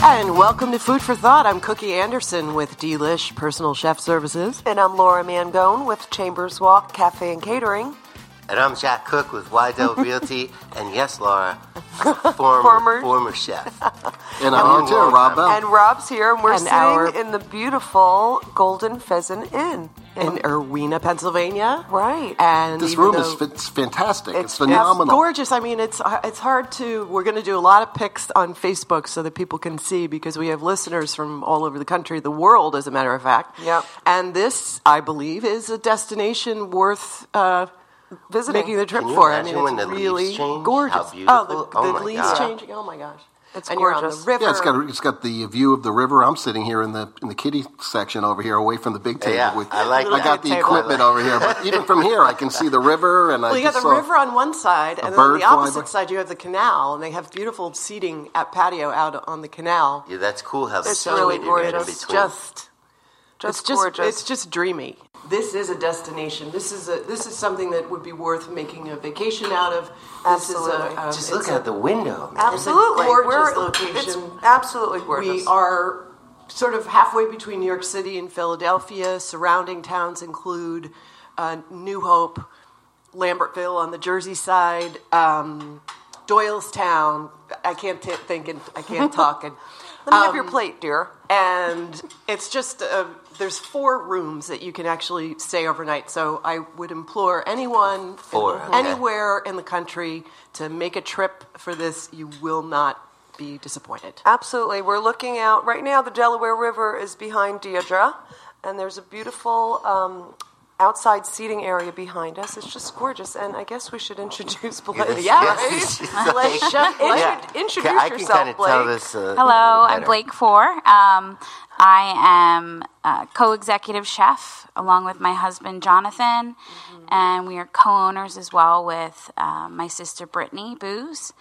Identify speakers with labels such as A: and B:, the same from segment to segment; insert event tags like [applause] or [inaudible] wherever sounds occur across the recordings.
A: And welcome to Food for Thought. I'm Cookie Anderson with Delish Personal Chef Services.
B: And I'm Laura Mangone with Chambers Walk Cafe and Catering.
C: And I'm Jack Cook with
A: [laughs]
C: Wydell Realty. and yes, Laura, former former,
A: [laughs]
C: chef.
D: And I'm here too, Rob Bell.
B: And Rob's here, and we're
A: Oh. And
B: sitting
A: our-
B: in the beautiful Golden Pheasant Inn.
A: In Irwina, Pennsylvania.
B: Right.
A: And
D: This
A: even
D: room
A: though-
D: is f- it's fantastic. It's,
B: It's
A: It's
D: phenomenal.
A: gorgeous. I mean, it's it's hard to. We're going to do a lot of pics on Facebook so that people can see because we have listeners from all over the country, the world, as a matter of fact.
B: Yep.
A: And this, I believe, is a destination worth uh,
B: Visiting.
A: making the trip
C: Can you
A: for. I mean,
C: imagine
A: it's
C: when the leaves
A: really
C: change?
A: gorgeous.
C: How beautiful.
A: Oh, the,
C: Oh,
A: the
C: my
A: leaves
C: God.
A: changing. Oh my gosh,
B: Uh, It's
A: and You're on
B: gorgeous.
A: the river.
D: Yeah, it's got it's got the view of the river. I'm sitting here in the in the kitty section over here, away from the big table.
C: Yeah,
D: with,
C: I like
D: I got
C: that.
D: the
C: Little
D: equipment
C: table.
D: over here, but even from here, I can see the river. And I
A: Well, you got
D: just
A: the
D: saw-
A: river on one side, and then on
D: bird
A: the opposite
D: flyby.
A: side, you have the canal, and they have beautiful seating at patio out on the canal.
C: Yeah, that's cool how
B: It's
C: it's
B: really
C: situated right in
B: gorgeous.
C: between.
A: Just
B: Just,
A: it's just
B: gorgeous.
A: it's just dreamy. This is a destination. This is a this is something that would be worth making a vacation out of. This
B: Absolutely.
A: is a, um,
C: Just
A: it's
C: look
A: a-
C: out the window. man.
B: absolutely.
A: gorgeous
B: we're, It's
A: location.
B: absolutely gorgeous.
A: We are sort of halfway between New York City and Philadelphia. Surrounding towns include uh, New Hope, Lambertville on the Jersey side, um, Doylestown. I can't t- think and I can't talk. And
B: Let
A: um,
B: me have your plate, dear.
A: and it's just uh, there's four rooms that you can actually stay overnight. So I would implore anyone
C: Four,
A: in-
C: okay.
A: anywhere in the country to make a trip for this. You will not be disappointed.
B: Absolutely. We're looking out right now. The Delaware River is behind Deidre, and there's a beautiful um, outside seating area behind us. It's just gorgeous. And I guess we should introduce [laughs] Blake.
C: Yes,
A: Yeah,
C: yes.
A: right? Blake, Chef Blake.
C: Yeah.
B: introduce
C: Ca- I can
B: yourself,
C: kinda tell
B: Blake.
C: this. Uh,
E: Hello,
C: better.
E: I'm Blake Four. Um, I am uh, co-executive chef along with my husband Jonathan, and we are co-owners as well with uh, my sister Brittany Booz.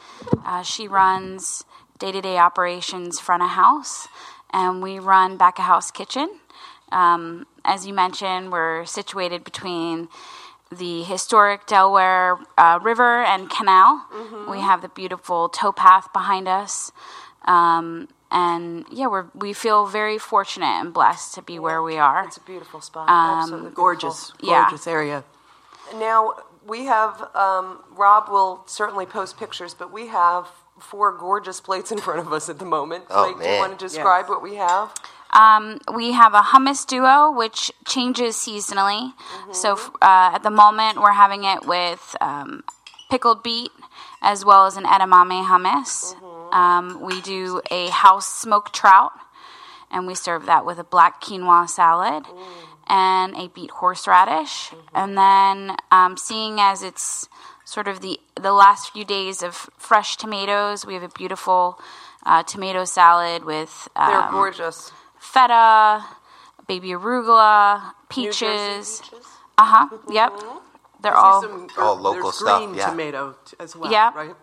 E: Uh, she runs day-to-day operations front of house, and we run back of house kitchen. Um, as you mentioned, we're situated between the historic Delaware uh, River and Canal. We have the beautiful towpath behind us. Um, and yeah, we're, we feel very fortunate and blessed to be where we are.
B: It's a beautiful spot. Absolutely beautiful.
A: Um, gorgeous,
E: Yeah.
A: gorgeous area.
B: Now we have um, Rob will certainly post pictures, but we have four gorgeous plates in front of us at the moment.
C: Oh,
B: Blake, do you
C: man.
B: want to describe what we have?
E: Um, we have a hummus duo, which changes seasonally. So f- uh, at the moment, we're having it with um, pickled beet as well as an edamame hummus. Um, we do a house smoked trout, and we serve that with a black quinoa salad and a beet horseradish. And then, um, seeing as it's sort of the the last few days of fresh tomatoes, we have a beautiful uh, tomato salad with. Um,
B: They're gorgeous.
E: feta, baby arugula,
B: New Jersey
E: peaches.
B: peaches. Mm-hmm.
E: Uh huh. Yep. They're
A: There's
E: all
A: some
C: All local
A: there's
C: stuff,
A: green
C: yeah.
A: tomato t- as well.
E: Yeah.
A: right.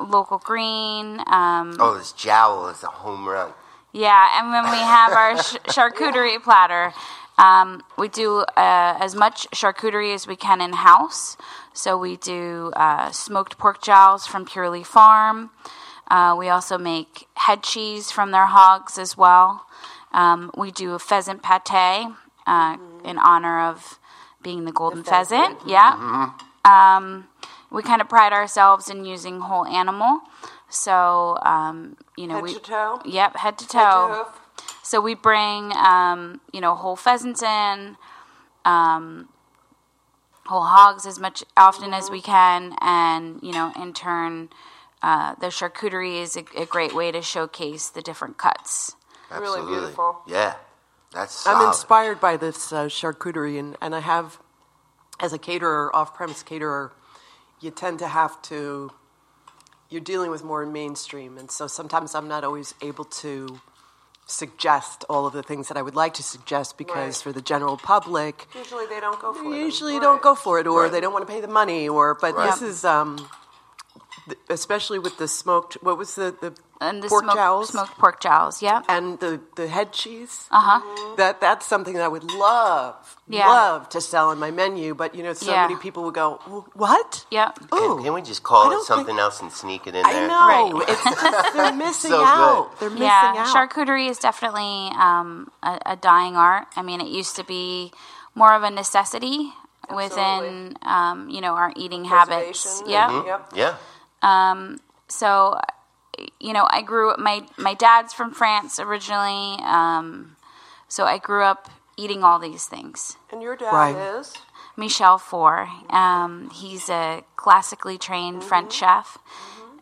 E: local green. Um,
C: Oh, this jowl is a home run.
E: Yeah, and when we have our sh- charcuterie platter, um, we do uh, as much charcuterie as we can in house. So we do uh, smoked pork jowls from Purely Farm. Uh, we also make head cheese from their hogs as well. Um, we do a pheasant pate uh, in honor of being the golden pheasant. Yeah. Um, we kind of pride ourselves in using whole animal. So, um, you know,
B: Head
E: we.
B: to toe?
E: Yep, head to toe.
B: Head to hoof.
E: So we bring, um, you know, whole pheasants in, um, whole hogs as much often as we can, and you know, in turn, uh, the charcuterie is a, a great way to showcase the different cuts.
C: Absolutely.
B: beautiful.
C: Yeah, that's. Solid.
A: I'm inspired by this uh, charcuterie, and, and I have, as a caterer, off premise caterer, you tend to have to, you're dealing with more mainstream. And so sometimes I'm not always able to suggest all of the things that I would like to suggest because
B: Right.
A: for the general public,
C: Mm-hmm.
B: Usually they don't go for
A: they
B: it.
A: usually
B: Right.
A: don't go for it or
C: Right.
A: they don't want to pay the money or, but
C: Right.
A: this is, um, th- especially with the smoked, what was the, the
E: and the
A: Pork
E: smoked,
A: jowls.
E: smoked pork jowls. Yep.
A: and the, the head cheese.
C: Mm-hmm.
E: Uh-huh.
A: That that's something that I would love,
E: Yeah.
A: love to sell on my menu. But you know, so
E: Yeah.
A: many people would go, "Wh- "What?
E: Yep.
A: Ooh,
C: Can, can we just
A: I
C: call
A: don't
C: it something
A: think-
C: else and sneak it in
A: I
C: there?
A: know.
E: Right.
C: [laughs]
A: It's, they're missing
C: So good.
A: out. They're missing
E: yeah,
A: out.
E: charcuterie is definitely um, a, a dying art. I mean, it used to be more of a necessity within um, you know our eating habits.
B: Preservation.
E: Yeah.
B: Yep.
C: Yeah.
E: So, you know, I grew up. My my dad's from France originally, um, so I grew up eating all these things.
B: And your dad
A: Right.
B: is?
E: Michel Four. Um, he's a classically trained
B: Mm-hmm.
E: French chef,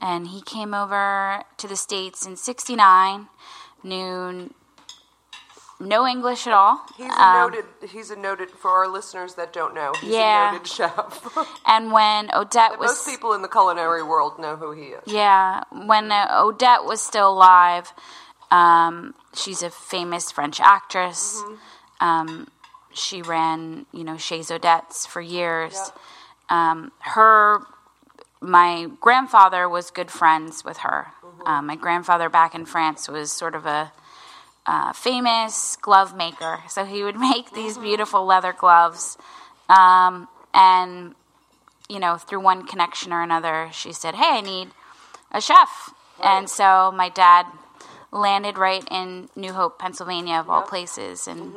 E: and he came over to the states in '69. Knew no English at all.
B: He's a
E: Um,
B: noted. He's a noted for our listeners that don't know. He's
E: Yeah.
B: a noted chef. [laughs]
E: and when Odette was
B: Most people in the culinary world know who he is.
E: Yeah, when uh, Odette was still alive, um, she's a famous French actress. Um, she ran, you know, Chez Odette's for years. Um, her, my grandfather was good friends with her. Uh, my grandfather back in France was sort of a uh, famous glove maker, so he would [laughs] make these beautiful leather gloves. Um, and you know, through one connection or another, she said, "Hey, I need a chef," and so my dad landed right in New Hope, Pennsylvania, of all places, and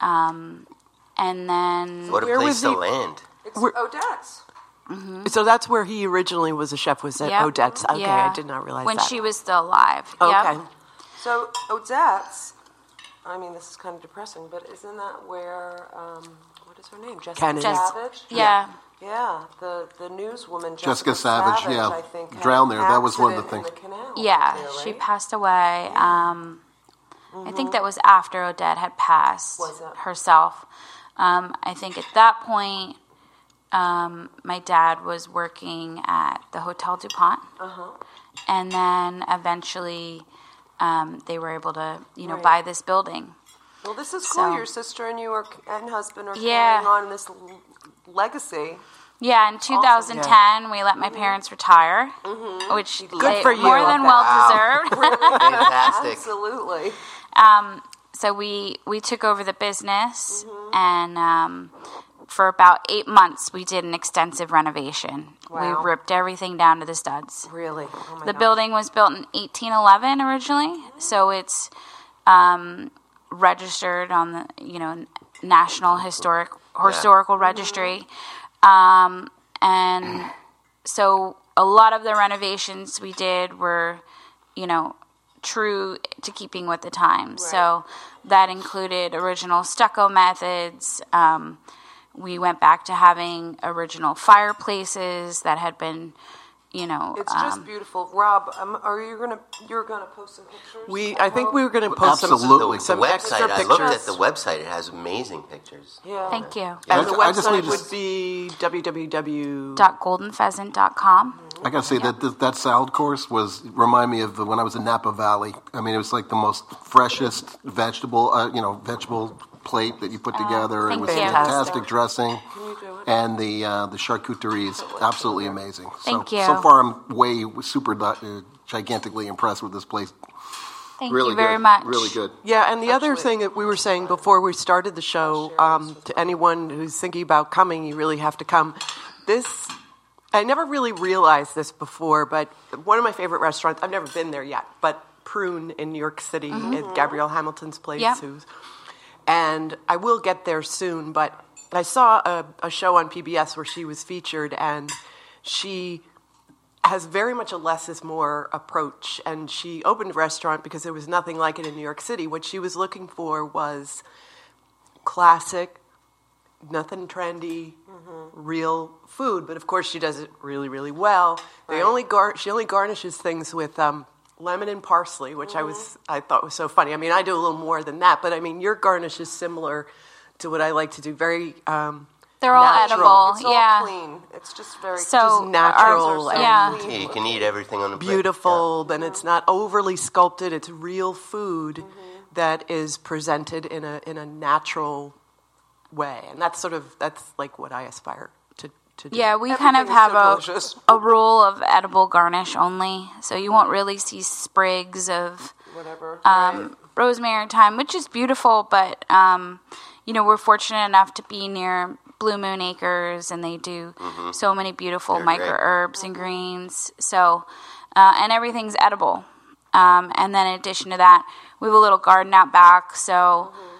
E: um, and then
C: What a
A: Where was
C: place to
A: he- [laughs]
C: land.
B: It's
A: We're-
B: Odette's.
A: So that's where he originally was a chef. Was at
E: Yep.
A: Odette's? Okay,
E: Yeah.
A: I did not realize
E: when
A: that.
E: she was still alive.
A: okay,
E: Yep.
B: So Odette's. I mean, this is kind of depressing, but isn't that where? Um, what is her name? Jessica
A: Cannon.
E: Jess-
B: Savage.
E: yeah.
B: Yeah, the the newswoman
D: Jessica
B: Jessica,
D: Savage, yeah,
B: I think, had
D: drowned
B: an
D: there. That was one of the
B: accident in
D: things.
B: the canal
E: Yeah,
B: there,
E: she
B: right?
E: passed away. Um, I think that was after Odette had passed
B: Was it?
E: herself. Um, I think at that point, um, my dad was working at the Hotel DuPont. And then eventually, um, they were able to, you know,
B: Right.
E: buy this building.
B: Well, this is
E: So-
B: cool. Your sister and you are, and husband are
E: Yeah.
B: carrying on this l- legacy.
E: Yeah, in 2010, we let my parents retire, which they-
A: for you.
E: more than well
C: Wow.
E: deserved.
C: Fantastic.
B: Absolutely.
E: um, so we we took over the business and um, for about eight months we did an extensive renovation
B: Wow.
E: we ripped everything down to the studs
B: Really. Oh my
E: the
B: God.
E: building was built in 1811 originally so it's um, registered on the you know national historic historical registry um, and so a lot of the renovations we did were you know true to keeping with the times so that included original stucco methods um, we went back to having original fireplaces that had been you know
B: It's
E: um,
B: just beautiful, Rob. Um, are you gonna you're gonna post some pictures?
A: we. I think we were going to post some-
D: Absolutely.
A: some,
C: The
A: extra
C: website, I
A: pictures.
C: looked at the website. It has amazing pictures.
B: Yeah.
E: Thank you.
C: Yeah.
A: and the
D: I just
A: website
D: need to-
A: would be www.
E: Dot goldenpheasant.com.
D: I gotta say that that, that salad course was remind me of the, when I was in Napa Valley. I mean, it was like the most freshest vegetable, uh, you know, vegetable plate that you put together.
E: thank
D: it was
E: you.
D: fantastic dressing,
B: you do it?
D: and the uh, the charcuterie is absolutely amazing.
E: Thank
D: so,
E: you.
D: So far, I'm way super uh, gigantically impressed with this place.
E: Thank
D: really
E: you very
D: good.
E: much.
D: Really good.
A: Yeah, and the other thing that we were saying before we started the show, um, to anyone who's thinking about coming, you really have to come. This, I never really realized this before, but one of my favorite restaurants, I've never been there yet, but Prune in New York City at Gabrielle Hamilton's place.
E: Yeah.
A: Who's, and I will get there soon, but I saw a, a show on PBS where she was featured, and she has very much a less is more approach. And she opened a restaurant because there was nothing like it in New York City. What she was looking for was classic, nothing trendy, real food. But of course, she does it really, really well. They only gar- she only garnishes things with um, lemon and parsley, which I was I thought was so funny. I mean, I do a little more than that, but I mean, your garnish is similar to what I like to do. Very um,
E: They're all
A: Natural.
E: edible.
B: It's all
E: yeah.
B: clean. It's just very
E: So
A: Just natural
E: our-
A: and-
E: yeah.
C: Yeah, you can eat everything on the plate.
A: beautiful, but it's not overly sculpted. It's real food that is presented in a in a natural way, and that's sort of that's like what I aspire to to do.
E: Yeah, we kind of
B: Everything is
E: have
B: so
E: a
B: delicious.
E: a rule of edible garnish only, so you won't really see sprigs of
B: Whatever.
E: um, rosemary thyme, which is beautiful. But um, you know, we're fortunate enough to be near Blue Moon Acres, and they do so many beautiful
C: Mm-hmm. They're great.
E: micro herbs and greens. So, uh, and everything's edible. Um, and then, in addition to that, we have a little garden out back, so
C: Mm-hmm.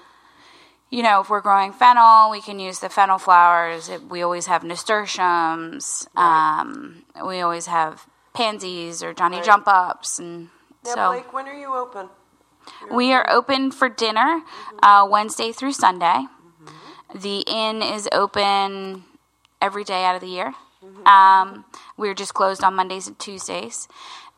E: you know, if we're growing fennel, we can use the fennel flowers. It, we always have nasturtiums. Um, we always have pansies or Johnny jump ups, and
B: now,
E: so
B: Blake, when are you open?
E: we are open for dinner uh, Wednesday through Sunday. The inn is open every day out of the year. Um, we're just closed on Mondays and Tuesdays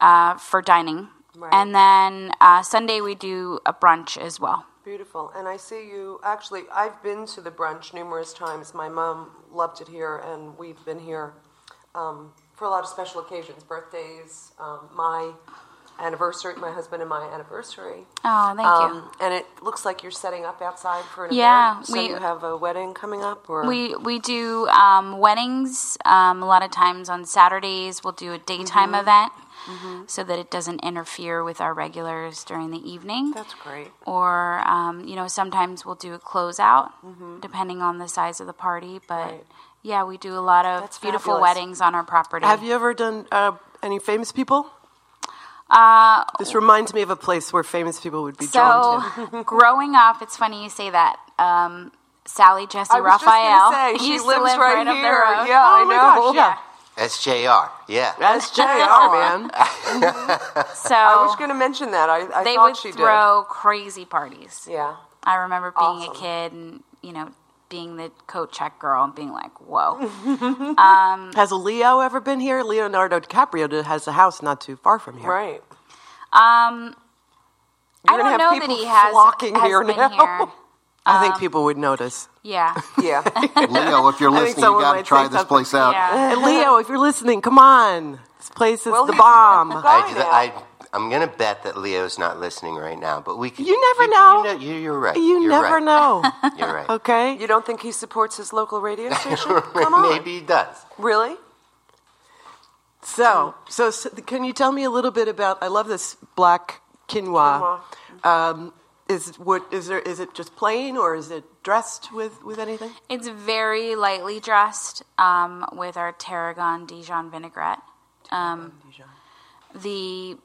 E: uh, for dining,
B: Right.
E: and then uh, Sunday we do a brunch as well.
B: Beautiful. And I see you, actually, I've been to the brunch numerous times. My mom loved it here, and we've been here um, for a lot of special occasions birthdays, um, my anniversary, my husband and my anniversary.
E: Oh, thank you.
B: Um, and it looks like you're setting up outside for an
E: Yeah,
B: event. So
E: we-
B: you have a wedding coming up, or
E: We we do um, weddings um, a lot of times on Saturdays. We'll do a daytime
B: Mm-hmm.
E: event so that it doesn't interfere with our regulars during the evening.
B: that's great.
E: or um, you know sometimes we'll do a closeout depending on the size of the party. But
B: Mm-hmm. Right.
E: yeah, we do a lot of
B: That's
E: beautiful
B: fabulous.
E: weddings on our property.
A: Have you ever done uh, any famous people?
E: Uh,
A: This reminds me of a place where famous people would be drawn
E: so [laughs]
B: [laughs]
A: to.
E: growing up, it's funny you say that. Um, Sally Jesse
B: I was just gonna
E: Raphael [laughs]
B: say, she
E: used
B: lives
E: to live
B: right
E: right, up the
B: here.
E: road.
B: Yeah,
E: oh
B: I
E: my
B: know.
E: Gosh,
A: Yeah.
E: yeah.
C: That's Jr. Yeah.
A: That's JR, man.
E: So
B: I was going to mention that. I, I
E: they
B: thought
E: would
B: she
E: throw crazy parties.
B: did. Yeah.
E: I remember being
B: Awesome.
E: a kid and you know being the coat check girl and being like,
A: [laughs]
E: "Whoa,
A: Has Leo ever been here? Leonardo DiCaprio d- has a house not too far from here.
E: [laughs]
B: Right.
E: Um, I
A: gonna
E: don't
A: have
E: know
A: people
E: that he has,
A: flocking
E: has
A: here
E: been
A: now.
E: here.
A: I think people would notice.
E: Yeah.
B: Yeah.
D: Leo, if you're
A: think
D: listening, you
A: someone might
D: got to
A: say
D: try this
A: something.
D: place out.
E: yeah.
A: And Leo, if you're listening, come on. This place is
B: Well,
A: the
B: he's not the
A: bomb.
B: guy.
A: I,
B: Why
C: I, just-
B: now?
C: I, I'm gonna bet that Leo's not listening right now, but we could.
A: You never
C: you,
A: know.
C: You know you, you're right.
A: you
C: You're
A: never
C: right.
A: know.
C: You're right. [laughs]
A: Okay?
B: You don't think he supports his local radio station? Come on.
C: Maybe he does.
B: Really?
A: So, so, so can you tell me a little bit about? I love this black
C: Uh-huh.
A: quinoa. Um, is what is there? Is it just plain or is it dressed with with anything?
E: It's very lightly dressed um, with our tarragon Dijon vinaigrette. Um, the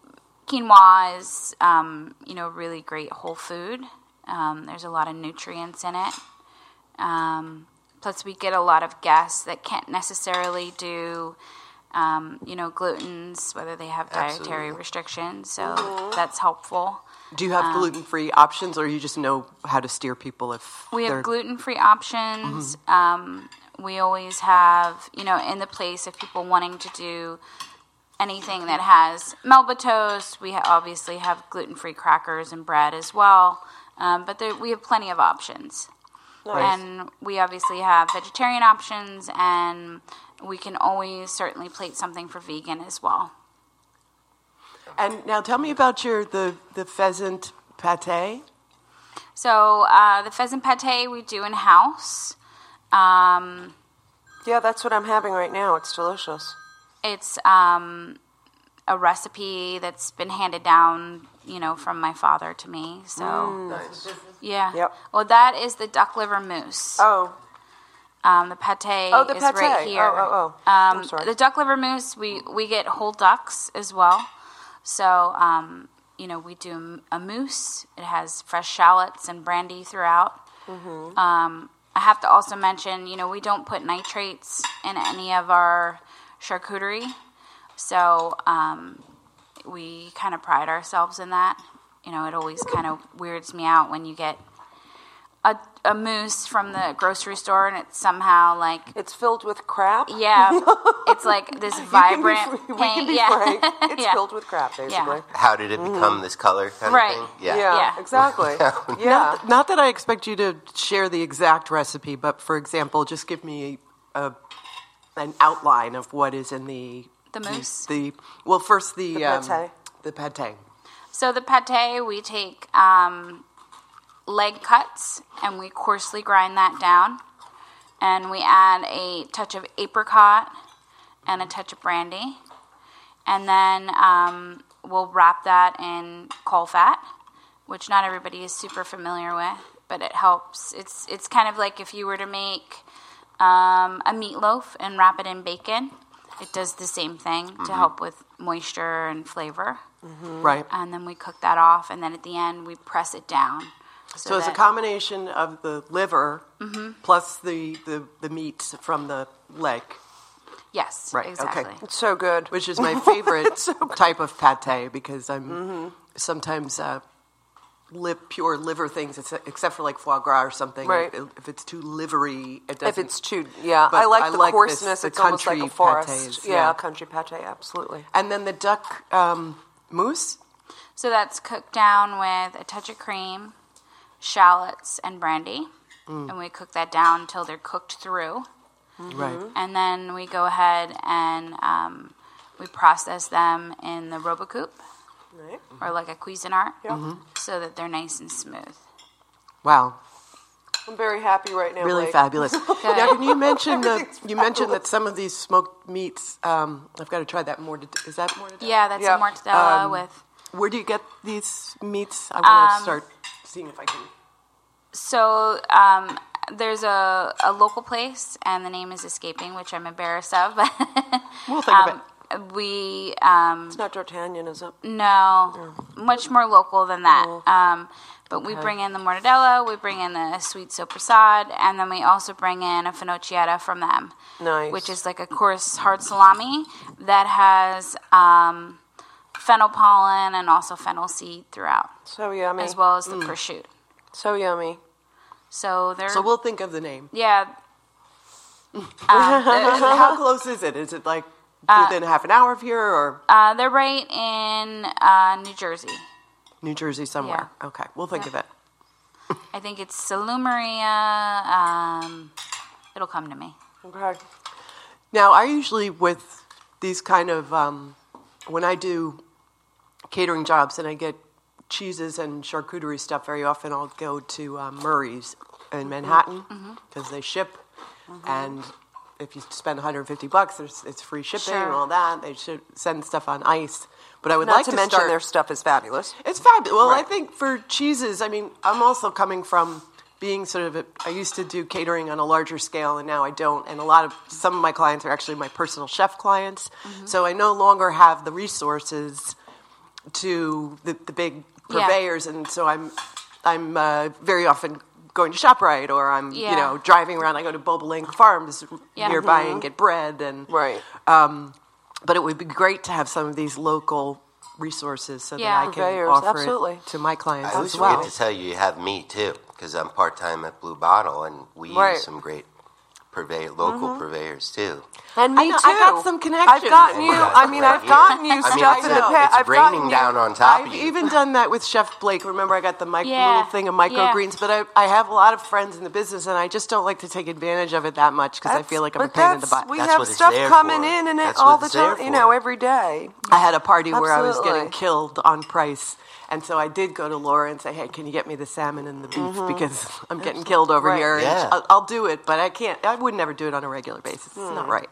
E: quinoa is, um, you know, really great whole food. Um, there's a lot of nutrients in it. Um, plus, we get a lot of guests that can't necessarily do, um, you know, glutens, whether they have dietary
C: Absolutely.
E: restrictions. So that's helpful.
A: Do you have
E: Um,
A: gluten free options, or you just know how to steer people if
E: We
A: they're-
E: have gluten free options. Um, we always have, you know, in the place of people wanting to do anything that has Melba toast. We ha- obviously have gluten free crackers and bread as well. Um, but there, we have plenty of options.
B: Nice.
E: And we obviously have vegetarian options, and we can always certainly plate something for vegan as well.
A: And now tell me about your the the pheasant pate.
E: So uh, the pheasant pate we do in house. Um,
B: Yeah, that's what I'm having right now. It's delicious.
E: it's um, a recipe that's been handed down, you know, from my father to me. So
C: Nice.
E: yeah,
B: Yep.
E: Well, that is the duck liver mousse.
B: Oh,
E: Um, the pate
B: Oh, the
E: is right
B: pate.
E: here.
B: Oh, oh, oh.
E: Um,
B: I'm sorry.
E: The duck liver mousse, we, we get whole ducks as well. So, um, you know, we do a mousse. It has fresh shallots and brandy throughout.
B: Mm-hmm.
E: Um, I have to also mention, you know, we don't put nitrates in any of our charcuterie. So um, we kind of pride ourselves in that. You know, it always kind of weirds me out when you get a, a mousse from the grocery store and it's somehow like
B: it's filled with crap. [laughs]
E: yeah, it's like this
B: You can be
E: vibrant
B: fr- we
E: paint.
B: can be
E: yeah. [laughs]
B: frank. It's
E: Yeah.
B: filled with crap, basically.
C: How did it become this color? Kind
E: Right.
C: Of thing?
B: Yeah,
C: Yeah.
E: Yeah.
C: [laughs]
B: exactly. yeah.
A: Not, not that I expect you to share the exact recipe, but for example, just give me a an outline of what is in the
E: The mousse?
A: The well, first the
B: The
A: um,
B: pate.
A: the pate.
E: So the pate, we take um, leg cuts and we coarsely grind that down, and we add a touch of apricot and a touch of brandy, and then um, we'll wrap that in coal fat, which not everybody is super familiar with, but it helps. It's it's kind of like if you were to make um, a meatloaf and wrap it in bacon. It does the same thing to help with moisture and flavor
A: Right.
E: and then we cook that off, and then at the end we press it down.
A: So it's a
E: that-
A: combination of the liver
B: Mm-hmm.
A: plus the, the, the meat from the leg,
E: Yes,
A: Right, okay.
E: Exactly.
B: It's so good.
A: which
B: [laughs]
A: is my favorite type of pate because I'm
B: Mm-hmm.
A: sometimes uh, li- pure liver things, ex- except for like foie gras or something.
B: Right.
A: If, if it's too livery, it
B: If
A: doesn't.
B: it's too, yeah,
A: But
B: I like
A: I
B: the
A: like this-
B: coarseness.
A: the
B: it's almost like a
A: country
B: forest.
A: pâtés,
B: yeah,
A: yeah.
B: country pate, absolutely.
A: and then the duck um, mousse.
E: So that's cooked down with a touch of cream, shallots, and brandy,
A: Mm.
E: and we cook that down until they're cooked through,
B: Mm-hmm.
A: Right.
E: and then we go ahead and um, we process them in the RoboCoupe
B: Right.
E: or like a Cuisinart,
B: Yeah.
A: Mm-hmm.
B: Mhm.
E: so that they're nice and smooth.
A: Wow.
B: I'm very happy right now.
A: Really
B: Blake. [laughs]
A: fabulous. Now, can you mention the,
B: Everything's
A: you mentioned that some of these smoked meats? Um, I've got to try that more. To, is that more? To
E: Yeah, that's
B: Yeah.
E: a
A: um,
E: mortadella with.
A: Where do you get these meats? I want to
E: Um,
A: start seeing if I can.
E: So um, there's a, a local place, and the name is escaping, which I'm embarrassed of. But
A: [laughs] We'll think of
E: um, we um,
B: It's not D'Artagnan, is it?
E: no much more local than that.
B: Oh.
E: Um, but we bring in the mortadella, we bring in the sweet sopressad, and then we also bring in a finocchietta from them,
B: Nice.
E: which is like a coarse hard salami that has um, fennel pollen and also fennel seed throughout,
B: so yummy.
E: as well as the prosciutto.
B: So yummy.
E: So they're
A: Mm. So we'll think of the name.
E: yeah.
A: How close is it? Is it like within half an hour of here or
E: Uh, they're right in uh, New Jersey.
A: New Jersey somewhere? Okay, we'll think of it.
E: I think it's Salumeria. Um, it'll come to me.
B: Okay.
A: Now, I usually with these kind of um, when I do catering jobs and I get cheeses and charcuterie stuff very often, I'll go to uh, Murray's in Manhattan because they ship, and if you spend 150 bucks, there's, it's free shipping
E: Sure.
A: and all that. They should send stuff on ice. But I would
B: Not
A: like
B: to,
A: to,
B: mention
A: start,
B: their stuff is fabulous.
A: It's fabulous. Well,
B: Right.
A: I think for cheeses, I mean, I'm also coming from being sort of a, I used to do catering on a larger scale and now I don't and a lot of some of my clients are actually my personal chef clients.
E: Mm-hmm.
A: So I no longer have the resources to the, the big
E: Yeah.
A: purveyors and so I'm I'm uh, very often going to ShopRite or I'm you
E: Yeah.
A: know driving around I go to Bobolink Farms
E: Yeah. Mm-hmm.
A: nearby and get bread and
B: Right.
A: but it would be great to have some of these local resources so
E: Yeah.
A: that I can
B: Purveyors,
A: offer
B: absolutely.
A: it to my clients
C: I always
A: as
C: forget
A: well.
C: to tell you you have me too, because I'm part time at Blue Bottle, and we
B: Right.
C: use some great purvey- local purveyors too.
B: And me
A: I know-
B: too.
A: I got some connections.
B: I've gotten you.
C: Yeah,
B: I mean,
C: right
B: I've
C: here.
B: gotten you
C: I mean,
B: stuff
C: it's,
B: in the
A: a-
B: past.
C: it's
B: I've gotten
C: raining
B: you-
C: down on top
A: I've
C: of you.
A: even done that with Chef Blake. Remember, I got the mic-
E: Yeah,
A: little thing of microgreens,
E: yeah.
A: but I, I have a lot of friends in the business, and I just don't like to take advantage of it that much because I feel like I'm a
B: But
A: pain in the
B: that's-
A: butt.
B: We
C: That's
B: have
C: what it's
B: stuff
C: there
B: coming
C: for.
B: in and it
C: That's
B: all
C: what
B: the
C: it's there
B: time, you know,
C: for.
B: every day.
A: I had a party where I was getting
B: Absolutely.
A: killed on price. And so I did go to Laura and say, "Hey, can you get me the salmon and the beef because I'm getting killed over
B: Mm-hmm. Right.
A: here? and
C: Yeah.
A: I'll, I'll do it, but I can't. I would never do it on a regular basis. It's not
B: Mm.
A: right.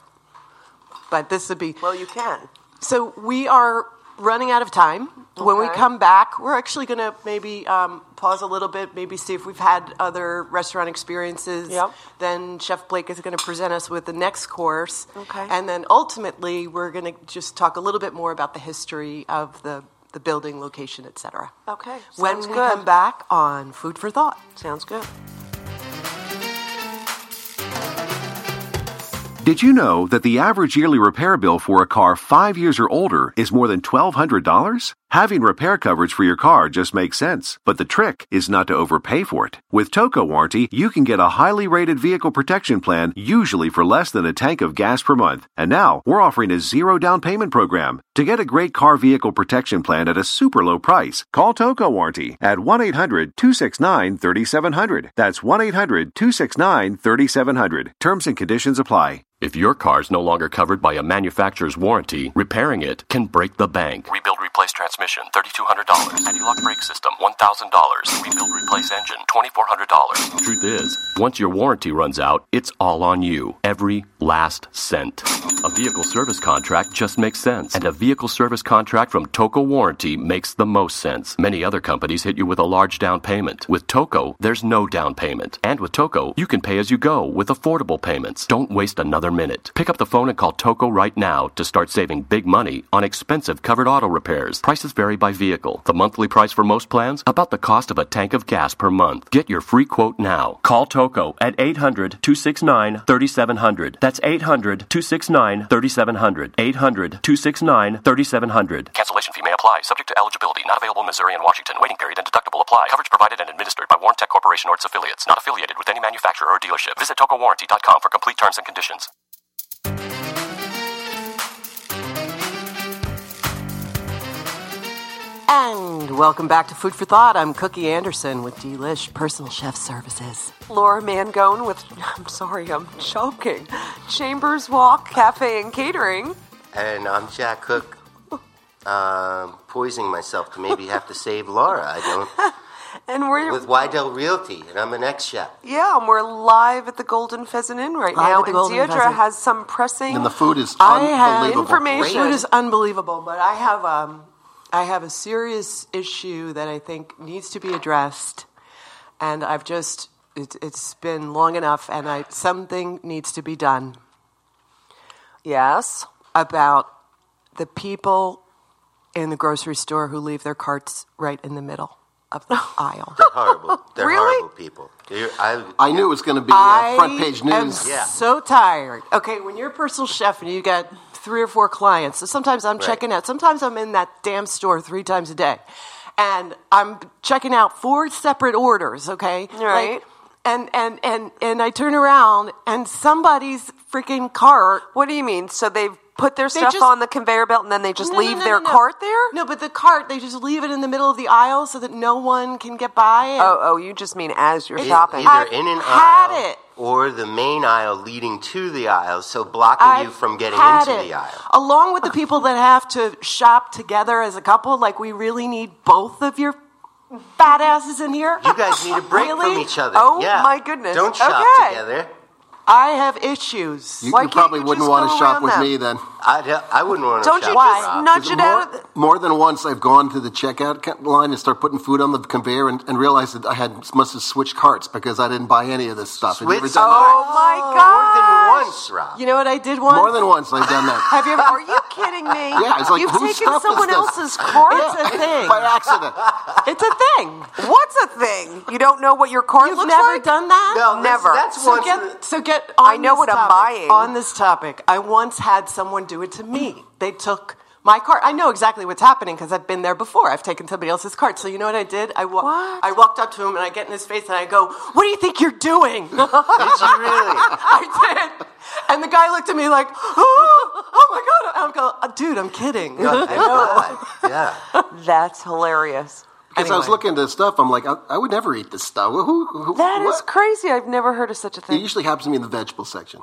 A: But this would be
B: Well, you can.
A: So we are running out of time. When we
B: Okay.
A: come back, we're actually going to maybe um, pause a little bit, maybe see if we've had other restaurant experiences.
B: Yep.
A: Then Chef Blake is going to present us with the next course.
B: Okay.
A: And then ultimately, we're going to just talk a little bit more about the history of the, the building, location, et cetera.
B: Okay.
A: When
B: Sounds
A: we
B: good.
A: come back on Food for Thought.
B: Sounds good.
F: Did you know that the average yearly repair bill for a car five years or older is more than $1,200? Having repair coverage for your car just makes sense, but the trick is not to overpay for it. With Toco Warranty, you can get a highly rated vehicle protection plan usually for less than a tank of gas per month. And now we're offering a zero down payment program. To get a great car vehicle protection plan at a super low price, call Toco Warranty at 1 800 269 3700. That's 1 800 269 3700. Terms and conditions apply.
G: If your car is no longer covered by a manufacturer's warranty, repairing it can break the bank.
H: Rebuild, replace transmission.
G: transmission, $3,200. Anti-lock brake system, $1,000. Rebuild replace engine, $2,400. Truth is, once your warranty runs out, it's all on you. Every last cent. A vehicle service contract just makes sense. And a vehicle service contract from Toco Warranty makes the most sense. Many other companies hit you with a large down payment. With Toco, there's no down payment. And with Toco, you can pay as you go with affordable payments. Don't waste another minute. Pick up the phone and call Toco right now to start saving big money on expensive covered auto repairs. Prices vary by vehicle. The monthly price for most plans, about the cost of a tank of gas per month. Get your free quote now. Call Toco at 800 269 3700. That's 800 269 3700. 800 269 3700. Cancellation fee may apply, subject to eligibility. Not available in Missouri and Washington. Waiting period and deductible apply. Coverage provided and administered by Warrantech Corporation or its affiliates. Not affiliated with any manufacturer or dealership. Visit tocowarranty.com for complete terms and conditions.
A: And welcome back to Food for Thought. I'm Cookie Anderson with Delish Personal Chef Services.
B: Laura Mangone with, I'm sorry, I'm choking, Chambers Walk Cafe and Catering.
C: And I'm Jack Cook, um, poisoning myself to maybe have to save Laura. I
B: And we're, [laughs]
C: don't. With Wydell Realty, and I'm an ex chef.
B: yeah, and we're live at the Golden Pheasant Inn right
A: Live at
B: now.
A: the
B: And
A: Golden
B: Deirdre
A: Pheasant.
B: has some pressing.
D: And the food is
A: I have
D: unbelievable.
B: information.
A: Food is unbelievable, but I have um, I have a serious issue that I think needs to be addressed, and I've just it, it's been long enough, and I something needs to be done
B: yes.
A: about the people in the grocery store who leave their carts right in the middle of the aisle.
B: [laughs]
C: They're horrible. They're
B: Really?
C: horrible people. They're, I,
D: I knew it was going to be uh, front page news.
A: am
C: Yeah.
A: so tired. Okay, when you're a personal chef and you got three or four clients, so sometimes I'm
C: Right.
A: checking out. Sometimes I'm in that damn store three times a day, and I'm checking out four separate orders. Okay,
B: Right.
A: and and and and I turn around and somebody's freaking cart
B: What do you mean? So they've put their stuff
A: just-
B: on the conveyor belt and then they just
A: No, no,
B: leave
A: no,
B: their
A: no, no.
B: cart there?
A: No, but the cart they just leave it in the middle of the aisle so that no one can get by. and-
B: Oh, oh, you just mean as you're
C: e-
B: shopping.
C: either in an
A: had
C: aisle
A: it.
C: or the main aisle leading to the aisle, so blocking you
A: I've
C: from getting
A: had
C: into
A: it.
C: the aisle.
A: Along with the people that have to shop together as a couple, like we really need both of your fat asses in here.
C: You guys need a break
B: [laughs]
A: Really?
C: from each other.
B: Oh,
C: Yeah.
B: my goodness.
C: Don't shop
B: Okay.
C: together.
A: I have issues.
D: You,
B: Why
D: you
B: can't
D: probably
B: you
D: wouldn't
B: just
D: want
B: go
D: to shop
B: around
D: with
B: them?
D: me then.
C: I, I wouldn't want to
B: Don't
C: shop
B: you
C: with
B: just
C: Rob.
B: nudge it
D: more,
B: out of the.
D: more than once, I've gone to the checkout co- line and start putting food on the conveyor and, and realized that I had must have switched carts because I didn't buy any of this stuff. Have you ever
C: Switch-
D: done that?
B: Oh my God.
C: More than once, Rob.
A: You know what I did once?
D: More than once, I've
B: [laughs]
D: done that.
A: Have you ever?
B: Are you kidding me?
D: Yeah, it's like,
B: You've
D: whose
B: taken
D: stuff is
B: someone
D: this?
B: else's cart?
A: It's a thing.
D: By
B: [laughs]
D: accident.
A: It's a thing.
B: What's a thing? You don't know what your cart
A: You've
B: looks
A: never
B: like?
A: done that.
C: no, this-
B: never.
C: That's
A: So
C: once.
A: get, so get on
B: I know
A: this
B: what I'm
A: topic.
B: buying.
A: On this topic, I once had someone do it to me. They took my cart. I know exactly what's happening because I've been there before. I've taken somebody else's cart. So you know what I did? I, wa-
B: What?
A: I walked up to him and I get in his face and I go, What do you think you're doing?
C: Did you really?
A: [laughs] I did. And the guy looked at me like, Oh, oh my God. I'm going, "Uh, Dude,
B: [laughs]
A: I'm kidding.
C: Oh, thank God. Yeah.
B: That's hilarious.
D: Because I was
A: Anyway.
D: looking at this stuff, I'm like, I, I would never eat this stuff. Who, who, who-
B: That is
D: what?
B: crazy. I've never heard of such a
D: It
B: thing.
D: usually happens to me in the vegetable section.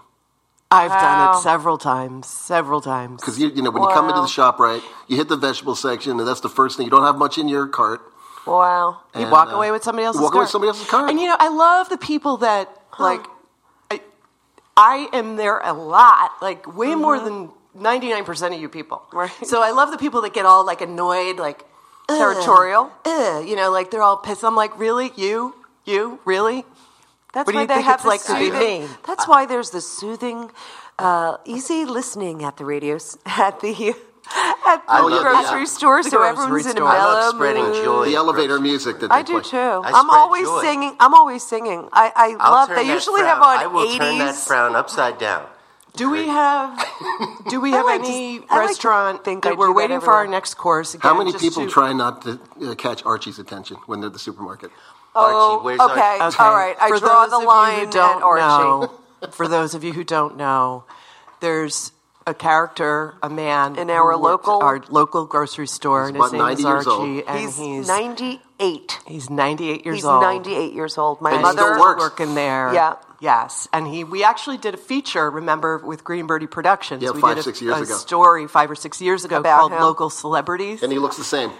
A: I've done
B: Wow.
A: it several times, several times.
D: Because you, you know, when you come into
B: Wow.
D: the shop, right, you hit the vegetable section, and that's the first thing. You don't have much in your cart.
B: Wow.
A: You
D: And,
A: walk
D: uh,
A: away with somebody else's
D: walk
A: cart.
D: away with somebody else's cart.
A: And you know, I love the people that like. I, I am there a lot, like way more than ninety nine percent of you people.
B: Right.
A: So I love the people that get all like annoyed, like "Ugh,
B: Territorial?
A: Ugh, you know, like they're all pissed. I'm like, really, you, you, really?
B: That's
A: What do
B: why
A: you
B: they
A: think
B: have
A: it's
B: the
A: like to be
B: soothing-
A: me?
B: That's why there's the soothing, uh, easy listening at the radio s- at the [laughs] at the
C: love
B: grocery
C: that.
B: store,
A: The
B: so
A: grocery
B: everyone's in a
A: store. I
C: love
B: mellow
C: spreading
B: mood.
C: joy.
D: The elevator music that they
B: Oh, I do
D: play.
B: too.
C: I
B: I'm
C: spread
B: always
C: joy.
B: singing. I'm always singing. I, I
C: I'll
B: love.
C: turn
B: They
C: that
B: usually
C: frown-
B: have on
C: I will turn that
B: 80s.
C: frown upside down.
A: Do we have? Do we have
B: like to-
A: any
B: I like to
A: restaurant
B: think I
A: that
B: do
A: we're
B: that
A: waiting for our
B: everywhere.
A: next course? Again,
D: How many
A: just
D: people
A: to-
D: try not to uh, catch Archie's attention when they're at the supermarket?
C: Archie, where's Archie?
B: Oh, okay.
A: Okay.
B: All right. I
A: For
B: draw
A: those
B: the
A: of you who
B: line at Archie.
A: Know, for those of you who don't know, there's a character, a man
B: In
A: who
B: our
A: worked at
B: local-
A: our local grocery store, and his
D: about
A: name is
D: 90 years
A: Archie,
D: old.
A: and
B: He's,
A: he's he's,
B: 98.
A: 98 years
B: He's
A: old.
B: 98 years old. My
A: And he's
B: mother
A: still
D: works.
A: working there.
B: Yeah.
A: Yes, and he we actually did a feature. Remember with Green Birdie Productions,
D: Yeah,
A: we
D: five,
A: did a,
D: six years
A: a
D: ago.
A: story five or six years ago
B: About
A: called
B: him.
A: "Local Celebrities."
D: And he looks the same.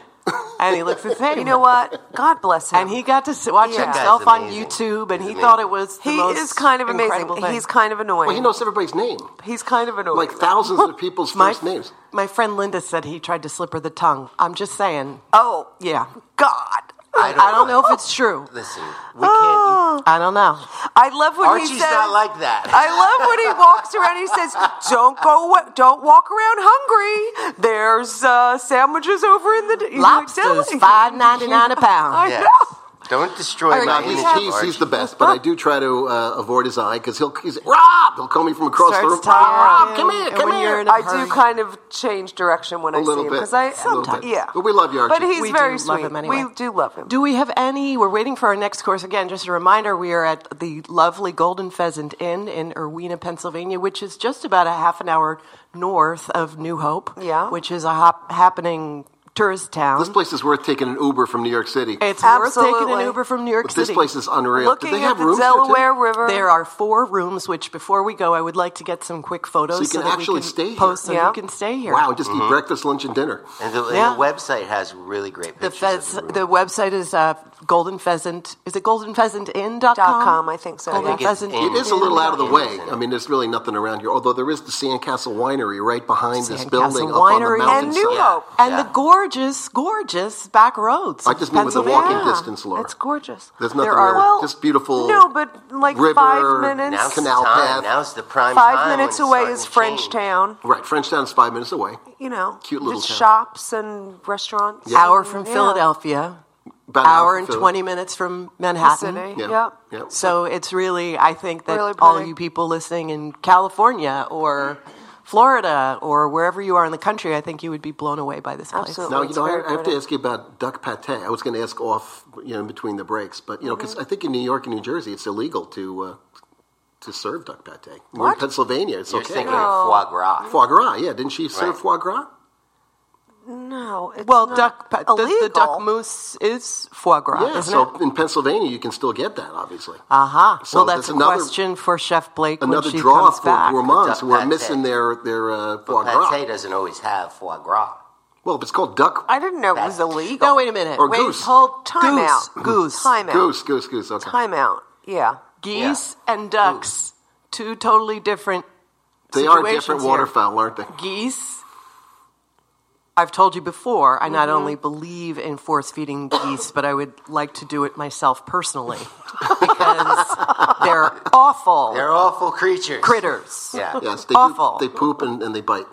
A: and he looks the same.
B: [laughs] You know what? God bless him.
A: And he got to s- watch
B: Yeah. That guy's
A: himself on
C: amazing.
A: YouTube, and he
C: He's amazing.
A: thought it was the
B: he
A: most
B: is kind of amazing.
A: incredible thing.
B: He's kind of annoying.
D: Well, he knows everybody's name,
B: He's kind of annoying.
D: like thousands of people's
A: my,
D: first names.
A: my friend Linda said he tried to slip her the tongue. I'm just saying.
B: oh
A: Yeah.
B: God.
A: I don't, know if it's true.
C: Listen, we can't. e-,
A: I don't know.
B: I love when
C: Archie's
B: Oh, he says.
C: not like that.
B: I love when he walks around. He says, "Don't go, wa- don't walk around hungry. There's uh, sandwiches over in the d- you know,
A: Lobsters,
B: deli."
A: five ninety nine a
B: I
A: pound.
C: Yeah.
B: know.
C: Don't destroy
A: All right,
C: my
A: we
C: image.
D: He's,
C: of
D: he's, he's
C: Archie.
D: the best, but I do try to uh, avoid his eye because he'll he's Rob. He'll call me from across the room.
A: Starts
D: Rob,
A: talking,
D: come here,
A: and
D: come
A: when you're
D: here.
A: in a
B: I
A: hurry.
B: do kind of change direction when I
D: A
B: see
D: little
B: him
D: bit.
B: because I
D: A little
B: sometimes,
D: bit.
B: yeah.
D: But we love you,
B: But
D: Archie.
B: he's
A: We do
B: very
A: love
B: sweet.
A: him anyway.
B: We do love him.
A: Do we have any? We're waiting for our next course again. Just a reminder, we are at the lovely Golden Pheasant Inn in Irwina, Pennsylvania, which is just about a half an hour north of New Hope.
B: Yeah.
A: which is a hop- happening tourist town.
D: This place is worth taking an Uber from New York City.
A: it's worth taking
B: Absolutely.
A: an Uber from New York
D: this
A: City.
D: place is unreal. Do
B: Looking
D: they
B: at
D: have
B: the
D: rooms there, too?
B: Delaware River.
A: There are four rooms, which before we go, I would like to get some quick photos
D: So you can
A: that we
D: actually
A: can
D: stay here.
A: post so
B: Yeah.
A: you can stay here.
D: Wow, just eat breakfast, lunch, and dinner.
C: And the, and
A: Yeah.
C: the website has really great
A: The,
C: pictures.
A: fez,
C: of the, room.
A: the website is uh, golden pheasant. Is it goldenpheasantin.com?
B: Dot com, I think so.
A: Golden
B: yeah.
C: think it's
A: pheasant.
D: It
C: in-
D: is a little out of the way. I mean, there's really nothing around here. Although there is the Sandcastle Winery right behind this
A: Sandcastle
D: building, up on the
A: Winery.
D: mountainside.
B: And New Hope.
A: and
C: Yeah.
A: the gorgeous, gorgeous back roads.
D: I
A: of
D: just mean with the
A: Pennsylvania.
D: walking distance, Laura.
B: It's gorgeous.
D: There's nothing
A: There are-
D: really.
B: Well,
D: just beautiful.
B: No, but like
D: river,
B: five minutes.
C: Now's
D: Canal
C: the time.
D: Path.
C: Now's the prime time
B: Five
C: when
B: minutes
C: it's
B: away
C: starting
B: is
C: to
B: Frenchtown.
C: change.
D: Right, Frenchtown is five minutes away.
B: You know,
D: Cute little
B: just
D: town.
B: shops and restaurants.
A: Hour from
B: Yeah.
A: Philadelphia,
D: About an
A: hour
D: from
A: and
D: Philly.
A: twenty minutes from
B: The
A: Manhattan.
B: City.
D: Yeah.
B: Yep.
D: yeah.
A: So it's really, I think that
B: Really
A: all
B: pretty.
A: you people listening in California or Florida or wherever you are in the country, I think you would be blown away by this place.
B: Absolutely.
D: Now you
B: It's
D: know
B: very
D: I, I have to
B: pretty.
D: ask you about duck pate. I was going to ask off, you know, in between the breaks, but you know,
A: Mm-hmm.
D: because I think in New York and New Jersey it's illegal to uh, to serve duck pate. We're in
B: What?
D: Pennsylvania, it's
C: You're
D: okay.
C: thinking
A: Oh.
B: Oh.
C: of foie gras.
D: Foie gras, yeah. Didn't she serve
C: Right.
D: foie gras?
B: No. It's
A: Well,
B: not
A: duck pa- the, the
B: illegal.
A: duck mousse is foie gras,
D: yeah.
A: isn't
D: So
A: it?
D: in Pennsylvania, you can still get that, obviously.
A: Uh-huh.
D: So
A: well, that's
D: that's
A: a
D: another-
A: question for Chef Blake when
D: Another
A: she
D: draw
A: comes
D: for
A: back.
D: gourmands who are
C: Duck pate.
D: missing their their uh, foie gras.
C: Pate doesn't always have foie gras.
D: Well, if it's called duck
B: I didn't know it was
C: That-
B: illegal.
A: No, wait a minute.
D: Or
A: wait,
D: Oh, goose.
A: hold
B: Time
A: goose,
B: out.
A: Goose,
B: Time out.
D: goose, goose, goose. Okay.
B: Time out. Yeah.
A: geese, and ducks. Two totally different.
D: They are
A: situations
D: different
A: here.
D: waterfowl,
A: [laughs]
D: aren't they?
A: geese. I've told you before, I not only believe in force feeding [coughs] geese, but I would like to do it myself personally because they're awful
C: They're awful creatures.
A: critters.
C: Yeah.
D: Yes, they, do-
A: Awful.
D: they poop and, and they bite.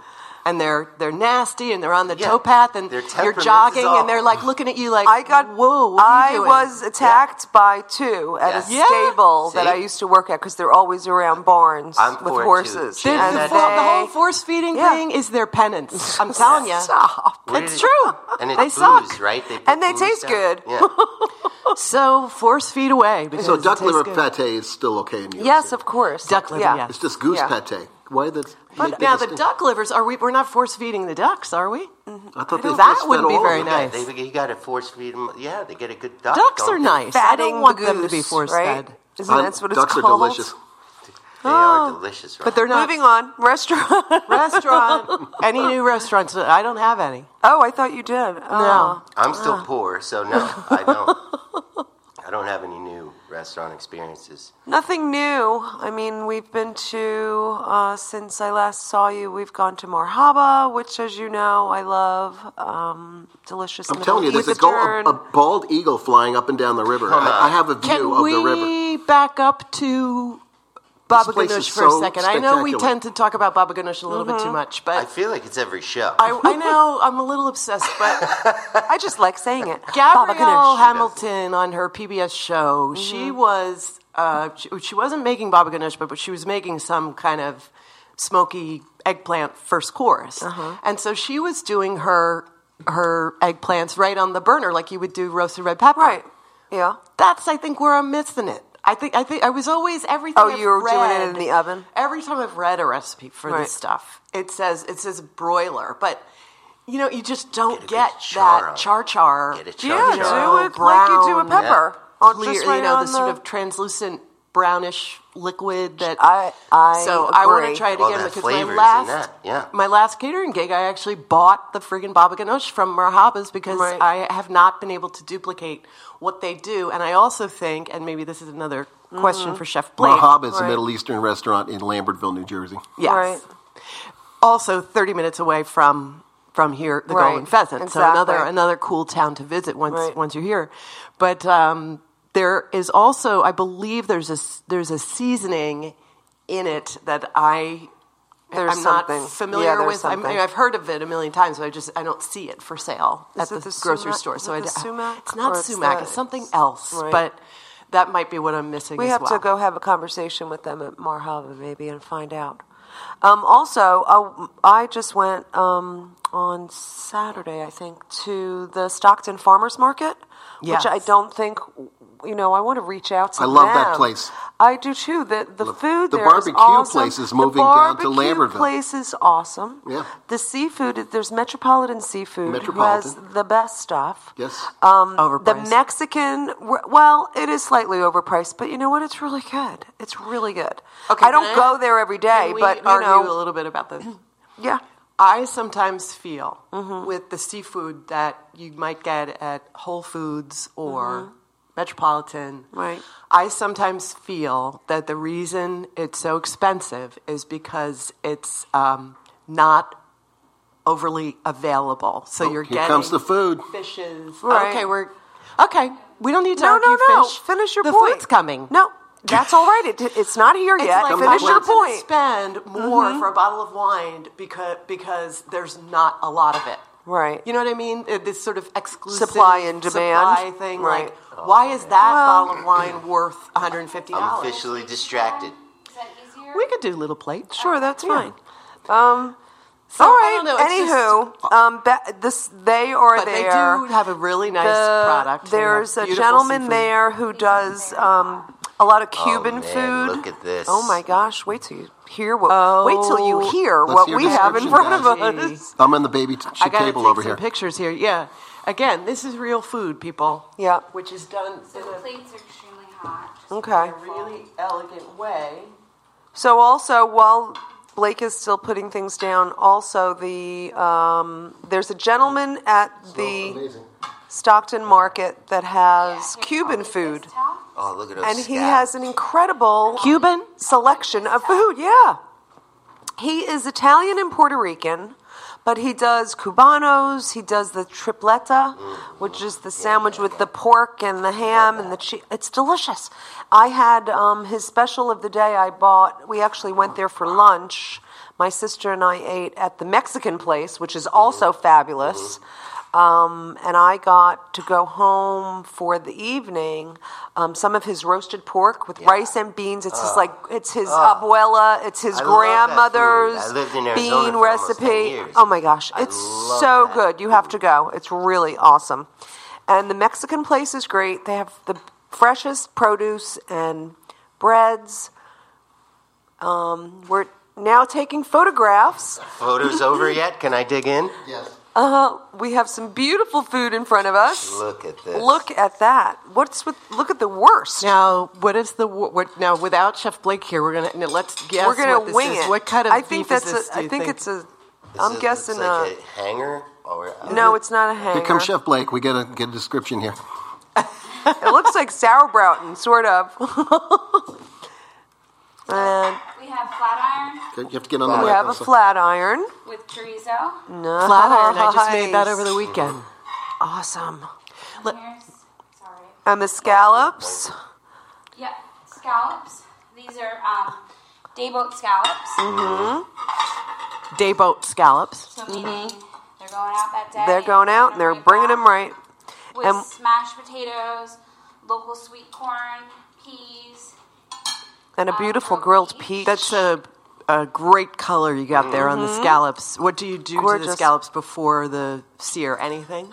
A: And they're they're nasty and they're on the
C: Yeah.
A: tow path and
C: Their
A: you're
C: temperament is
A: jogging
C: awful.
A: and they're like looking at you like
B: I got
A: whoa. What are
B: I
A: you doing?"
B: was attacked by two at a
C: Yeah. Yeah.
B: stable that
C: See?
B: I used to work at because they're always around barns
C: I'm
B: with
C: for it, too.
B: horses.
A: The,
C: Did
B: And
A: the
C: that
A: fo- the
B: they-
A: whole force feeding
B: Yeah.
A: thing is their penance. I'm telling you.
B: Stop.
C: Where
A: It's
C: did it-
A: true.
C: And it
A: They
C: booze,
A: suck.
C: right? They put
B: And they
C: booze
B: taste
C: down.
B: good.
C: Yeah.
A: So force feed away. Because
D: So
A: it
D: duck
A: tastes
D: liver
A: good.
D: pate is still okay in New York
B: Yes,
D: City.
B: of course.
A: Duck liver, yeah.
D: It's just goose
B: Yeah.
D: pate. Why the? make
A: But now the
D: distinction?
A: duck livers are we? We're not force feeding the ducks, are we?
B: Mm-hmm.
D: I thought they
A: That
D: just fed
A: wouldn't be
D: all of
A: very
D: them.
A: nice.
C: Yeah, they, you got to force feed them. Yeah, they get a good duck.
A: Ducks
C: don't
A: are
C: they?
A: nice. I
B: Fatting
A: don't want
B: the
A: them to be
B: goose,
A: force
B: right?
A: fed.
B: Isn't
D: I-
B: that what it's
D: Um, ducks
B: called?
D: are delicious.
C: They
B: Oh.
C: are delicious, right?
A: But they're not
B: Moving on. [laughs] Restaurant. [laughs]
A: restaurant. any new restaurants? I don't have any.
B: oh, I thought you did. Oh.
C: I'm still poor, so no,
B: [laughs]
C: I don't. I don't have any new restaurant experiences.
B: Nothing new. I mean, we've been to, uh, since I last saw you, we've gone to Marhaba, which, as you know, I love. Um, delicious.
D: I'm
B: Middle
D: telling you, there's a, go- a,
B: Eastern.
D: a bald eagle flying up and down the river. I, I have a view
A: Can
D: of the river.
A: we back up to Baba
D: place
A: Ganoush
D: is
A: for
D: so
A: a second? I know we
D: spectacular.
A: tend to talk about Baba Ganoush a little bit
B: Mm-hmm.
A: too much,
C: I
A: but
C: feel like it's every show.
A: I, I know I'm a little obsessed.
D: [laughs]
A: But
B: I just like saying it. Baba Mm-hmm.
A: Gabrielle
B: Ganoush.
A: Hamilton on her PBS show, she was uh, she, she wasn't making Baba Ganoush, but, but she was making some kind of smoky eggplant first course,
B: Uh-huh.
A: and so she was doing her her eggplants right on the burner, like you would do roasted red pepper.
B: Right. Yeah.
A: That's I think where I'm missing it. I think I think I was always everything.
B: Oh,
A: I've
B: you were doing it
A: read-
B: in the oven?
A: Every time I've read a recipe for
B: Right.
A: this stuff, it says it says broiler, but you know you just
C: Get
A: don't
C: a
A: get,
C: good char on
A: that
C: it.
A: char char.
C: Get a
B: Yeah,
C: char
B: do it like you do a
A: brown,
B: pepper. Or
A: Clear,
B: just right
A: you know,
B: on
A: the sort of translucent brownish liquid that
B: I- I
A: so I want to
B: agree.
A: try it
C: All
A: again
C: that
A: because
C: flavor is
A: my last
C: in that, yeah.
A: my last catering gig I actually bought the friggin' baba ganoush from Marhabas because
B: Right.
A: I have not been able to duplicate what they do, and I also think, and maybe this is another
B: Mm-hmm.
A: question for Chef Blake.
D: Rahab is a
B: Right.
D: Middle Eastern restaurant in Lambertville, New Jersey.
A: Yes.
B: Right.
A: Also, thirty minutes away from from here, the
B: Right.
A: Golden Pheasant. So
B: Exactly.
A: another another cool town to visit once
B: Right.
A: once you're here. But um, there is also, I believe, there's a s- there's a seasoning in it that I.
B: There's
A: I'm
B: something.
A: not familiar
B: Yeah, there's
A: with. I mean,
B: something.
A: I've heard of it a million times, but I just I don't see it for sale
B: Is
A: at
B: it
A: the,
B: the
A: grocery
B: sumac-
A: store.
B: is
A: so
B: it
A: I
B: the
A: d-
B: sumac,
A: It's
B: or
A: not
B: it's
A: sumac.
B: the-
A: It's something else,
B: Right.
A: but that might be what I'm missing.
B: We
A: as
B: have
A: well.
B: to go have a conversation with them at Marhava maybe and find out. Um, also, uh, I just went um, on Saturday, I think, to the Stockton Farmers Market,
A: Yes.
B: which I don't think, you know, I want to reach out to.
D: I love that
B: them.
D: place.
B: I do too. The the food
D: the
B: there is
D: barbecue
B: awesome.
D: place is moving down to
B: The barbecue
D: Lambertville.
B: place is awesome.
D: Yeah.
B: The seafood, there's Metropolitan Seafood, who
D: Metropolitan.
B: has the best stuff.
D: Yes.
A: Oh,
B: The
A: Overpriced.
B: Mexican, well, it is slightly overpriced, but you know what? It's really good. It's really good.
A: Okay,
B: I don't
A: can I-
B: go there every day,
A: Can we
B: but you
A: argue a
B: know,
A: little bit about this.
B: yeah,
A: I sometimes feel
B: Mm-hmm.
A: with the seafood that you might get at Whole Foods or Metropolitan.
B: Mm-hmm. Right.
A: I sometimes feel that the reason it's so expensive is because it's um, not overly available. So you're
D: Oh, Here
A: getting
D: comes the food.
A: fishes. Oh,
B: Right.
A: Okay, we're okay. We don't need to
B: no, no,
A: argue
B: no.
A: fish.
B: Finish your
A: the
B: point.
A: food's coming.
B: No, that's all right. It, it's not here
A: It's
B: yet.
A: like
B: Finish
A: I
B: your
A: want to
B: point. Mm-hmm.
A: Spend more for a bottle of wine because because there's not a lot of it.
B: Right.
A: You know what I mean? Uh, This sort of exclusive
B: Supply and demand.
A: supply thing.
B: Right.
A: Like, why is that
B: Well-
A: bottle of wine worth 150
C: I'm
A: dollars?
C: officially distracted.
E: Is that easier?
A: We could do little plates.
B: Sure, that's
A: Yeah.
B: fine.
A: So,
B: all
A: I
B: right.
A: don't know, it's
B: Anywho, um, ba- this they are
A: but they
B: there.
A: do have a really nice
B: The-
A: product. They have
B: There's a
A: beautiful
B: gentleman
A: seafood.
B: there who does um, a lot of Cuban
C: oh, man,
B: food.
C: Look at this.
B: Oh my gosh! Wait till you hear what. wait till you hear
D: Oh, Let's
B: what
D: hear
B: we have in
D: description,
B: front of
A: guys.
B: us.
D: I'm on the baby t-
A: I gotta
D: table
A: take
D: over
A: some
D: here.
A: pictures here. Yeah. Again, this is real food, people.
B: Yeah.
A: Which is done
E: So
A: in
E: the
A: a
E: plates are extremely hot. Just
B: Okay.
A: a really elegant way.
B: So also, while Blake is still putting things down, also the um, there's a gentleman at the Stockton Market that has
E: Yeah, here,
B: Cuban
E: I'll leave
B: food,
E: this towel.
C: Oh, look at those.
B: and he
C: scabs.
B: has an incredible
A: Cuban?
B: selection of food. Yeah. He is Italian and Puerto Rican, but he does cubanos. He does the tripletta, which is the sandwich with the pork and the ham and the cheese. It's delicious. I had um, his special of the day. I bought. We actually went there for lunch. My sister and I ate at the Mexican place, which is also fabulous. Um, and I got to go home for the evening. Um, some of his roasted pork with rice and beans. It's his like it's his abuela. It's his
C: Oh. I love that
B: grandmother's
C: food. I lived in Arizona
B: bean
C: for almost 10
B: recipe.
C: years.
B: Oh my gosh,
C: I
B: it's
C: love
B: so
C: that
B: good. You have to go. It's really awesome. And the Mexican place is great. They have the freshest produce and breads. Um, we're now taking photographs.
C: Photos
B: [laughs]
C: over yet? Can I dig in?
D: Yes.
B: Uh, we have some beautiful food in front of us.
C: Look at this.
B: Look at that. What's with look at the worst?
A: Now, what is the wo- what, now without Chef Blake here? We're gonna now let's guess.
B: we're gonna
A: what this
B: wing
A: is.
B: it.
A: What kind of
B: I think
A: beef
B: that's
A: is this?
B: a,
A: do
B: I
A: you
B: think, it's a.
C: This
B: I'm
C: is-
B: guessing
C: looks like
B: uh,
C: a hanger or a-
B: no, it's not a hanger.
D: Here comes Chef Blake. We gotta get a description here.
B: It looks like sauerbraten, sort
A: [laughs]
B: of. and
E: We have flat iron
D: Okay, You have to get
A: Oh
D: on the
B: we
D: mic.
B: have a
D: also.
B: flat iron.
E: with chorizo.
B: Nice.
A: flat iron. I just made that over the weekend.
B: Awesome.
E: Here's, sorry.
B: And the scallops.
E: Yep, scallops. These are um, dayboat scallops.
A: Dayboat scallops.
E: So meaning they're going out that day.
B: They're going out and they're bringing them right.
E: back With
B: and-
E: smashed potatoes, local sweet corn, peas.
B: And a beautiful grilled peach.
A: That's a a great color you got there on the scallops. What do you do to
B: Gorgeous.
A: the scallops before the sear? Anything?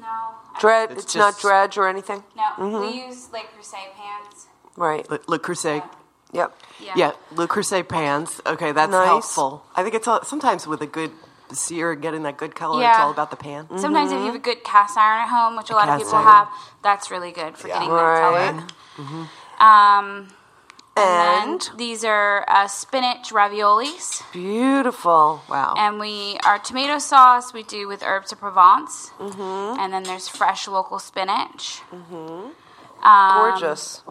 E: No. I-
B: dredge.
A: It's
B: It's, not
A: just-
B: dredge or anything.
E: No, we use like crusade pans.
B: Right.
A: Le, Le Creuset.
B: Yep.
E: Yeah.
A: Yeah, Le Creuset pans. Okay, that's
B: Nice.
A: helpful. I think it's all, sometimes with a good sear, getting that good color, it's
E: Yeah.
A: all about the pan.
E: Sometimes if you have a good cast iron at home, which a lot of
A: cast
E: people
A: iron.
E: have, that's really good for getting
B: Right.
E: that color. Um,
B: And
E: then these are uh, spinach raviolis,
B: beautiful. Wow.
E: and we our tomato sauce we do with herbs de Provence, and then there's fresh local spinach,
A: Um,
B: Gorgeous.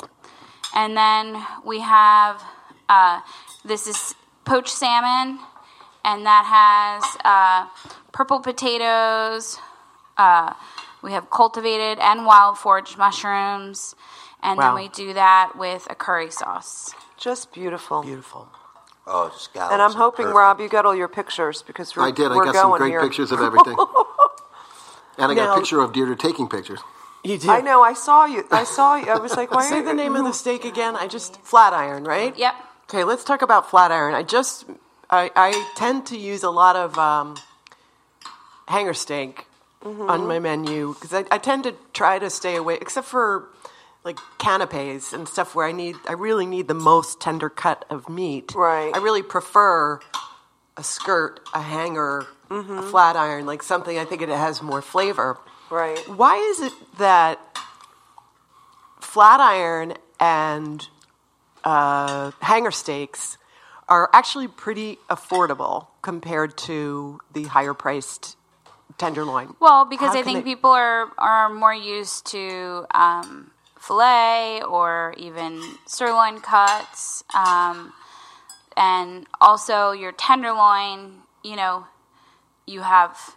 E: and then we have uh, this is poached salmon, and that has uh, purple potatoes. Uh, we have cultivated and wild foraged mushrooms, and
A: Wow.
E: then we do that with a curry sauce.
B: Just beautiful.
A: Beautiful.
C: Oh, scallops.
B: And I'm
C: are
B: hoping,
C: perfect.
B: Rob, you got all your pictures because we're,
D: I did. I
B: we're
D: got
B: going
D: some great
B: here.
A: [laughs]
D: pictures of everything. and I got
A: Now-
D: a picture of Deirdre taking pictures.
A: You do.
B: I know. I saw you. I saw you. I was like, why are
A: [laughs] Say
B: you
A: the name of the steak again. I just Flatiron, right?
E: Yep.
A: Okay, let's talk about Flatiron. I just I, I tend to use a lot of um, hanger steak on my menu because I, I tend to try to stay away, except for like canapes and stuff where I need I really need the most tender cut of meat.
B: Right.
A: I really prefer a skirt, a hanger, a flat iron, like something. I think it has more flavor.
B: Right.
A: Why is it that flat iron and uh, hanger steaks are actually pretty affordable compared to the higher priced tenderloin?
E: Well, because
A: How
E: I
A: can
E: think
A: they-
E: people are are more used to um, fillet or even sirloin cuts, um, and also your tenderloin. You know, you have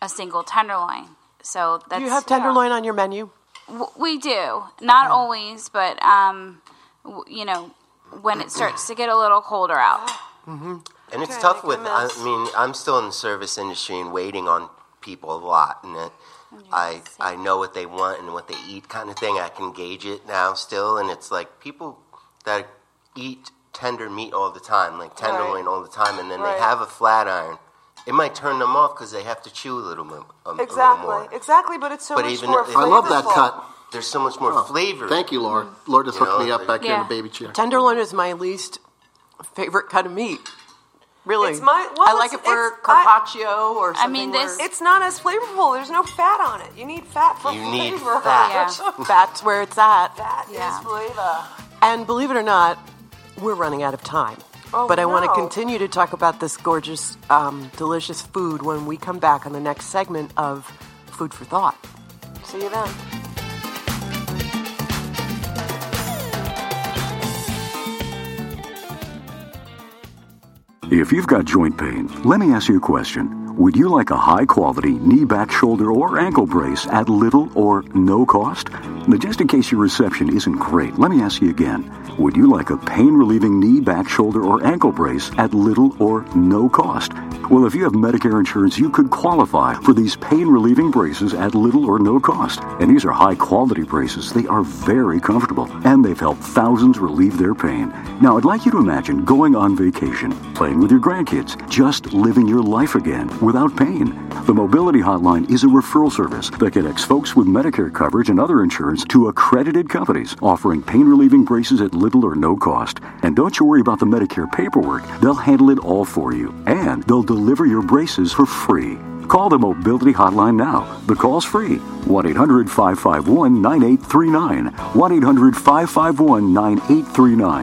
E: a single tenderloin, so that's
A: Do you have tenderloin on your menu?
E: W- we do, not always, but um, w- you know, when it starts to get a little colder out.
C: And it's
B: Okay,
C: tough
B: make a
C: with, I
B: mess.
C: mean, I'm still in the service industry and waiting on people a lot. And it, I, I know what they want and what they eat kind of thing. I can gauge it now still. And it's like people that eat tender meat all the time, like tenderloin all the time, and then
B: Right.
C: they have a flat iron. It might turn them off because they have to chew a little, mo- a, a little
B: Exactly.
C: more.
B: Exactly. But it's so
C: But
B: much
C: even
B: more
C: if-
B: flavorful.
C: I
D: I love that cut. Oh,
C: There's so much more flavor.
D: Thank you, Laura. Laura just
C: You
D: hooked
C: know,
D: me up back here in
E: Yeah.
D: the baby chair.
A: Tenderloin is my least favorite cut of meat. Really,
B: It's my- well,
A: I like
B: it's-
A: it for
B: it's- I-
A: carpaccio or something.
E: I mean,
A: where-
E: this-
B: It's not as flavorful. There's no fat on it. You need fat for
C: You
B: flavor.
C: need
B: [laughs]
C: fat.
A: that's where it's at.
B: That is
E: Yeah.
B: flavor.
A: And believe it or not, we're running out of time.
B: Oh,
A: but I want
B: no.
A: to continue to talk about this gorgeous, um, delicious food when we come back on the next segment of Food for Thought.
B: See you then.
H: If you've got joint pain, let me ask you a question. Would you like a high quality knee, back, shoulder, or ankle brace at little or no cost? Now, just in case your reception isn't great, let me ask you again. Would you like a pain relieving knee, back, shoulder, or ankle brace at little or no cost? Well, if you have Medicare insurance, you could qualify for these pain relieving braces at little or no cost. And these are high quality braces. They are very comfortable, and they've helped thousands relieve their pain. Now, I'd like you to imagine going on vacation, playing with your grandkids, just living your life again without pain. The Mobility Hotline is a referral service that connects folks with Medicare coverage and other insurance to accredited companies offering pain relieving braces at little or no cost. And don't you worry about the Medicare paperwork, they'll handle it all for you, and they'll deliver your braces for free. Call the Mobility Hotline now. The call's free. 1 800 551 9839. 1 800 551 9839.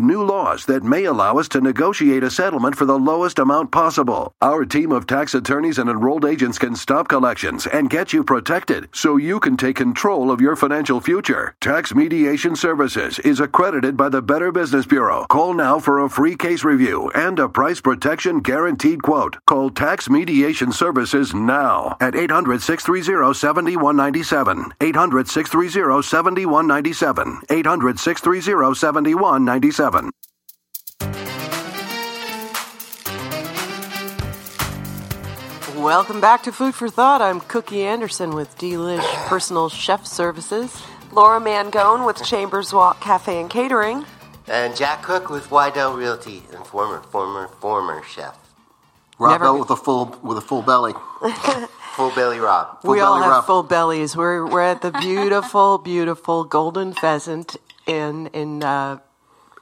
I: new laws that may allow us to negotiate a settlement for the lowest amount possible. Our team of tax attorneys and enrolled agents can stop collections and get you protected so you can take control of your financial future. Tax Mediation Services is accredited by the Better Business Bureau. Call now for a free case review and a price protection guaranteed quote. Call Tax Mediation Services now at 800 630 7197. 800 630 7197. 800 630 7197.
A: Welcome back to Food for Thought. I'm Cookie Anderson with Delish Personal Chef Services.
B: Laura Mangone with Chambers Walk Cafe and Catering.
C: And Jack Cook with Wydell Realty and former, former, former chef.
D: Rob
A: Never
D: Bell
A: be-
D: with a full with a full belly.
C: Full Billy Rob.
A: we all
D: belly
A: have
D: rub.
A: full bellies. We're we're at the beautiful, [laughs] beautiful Golden Pheasant in in uh,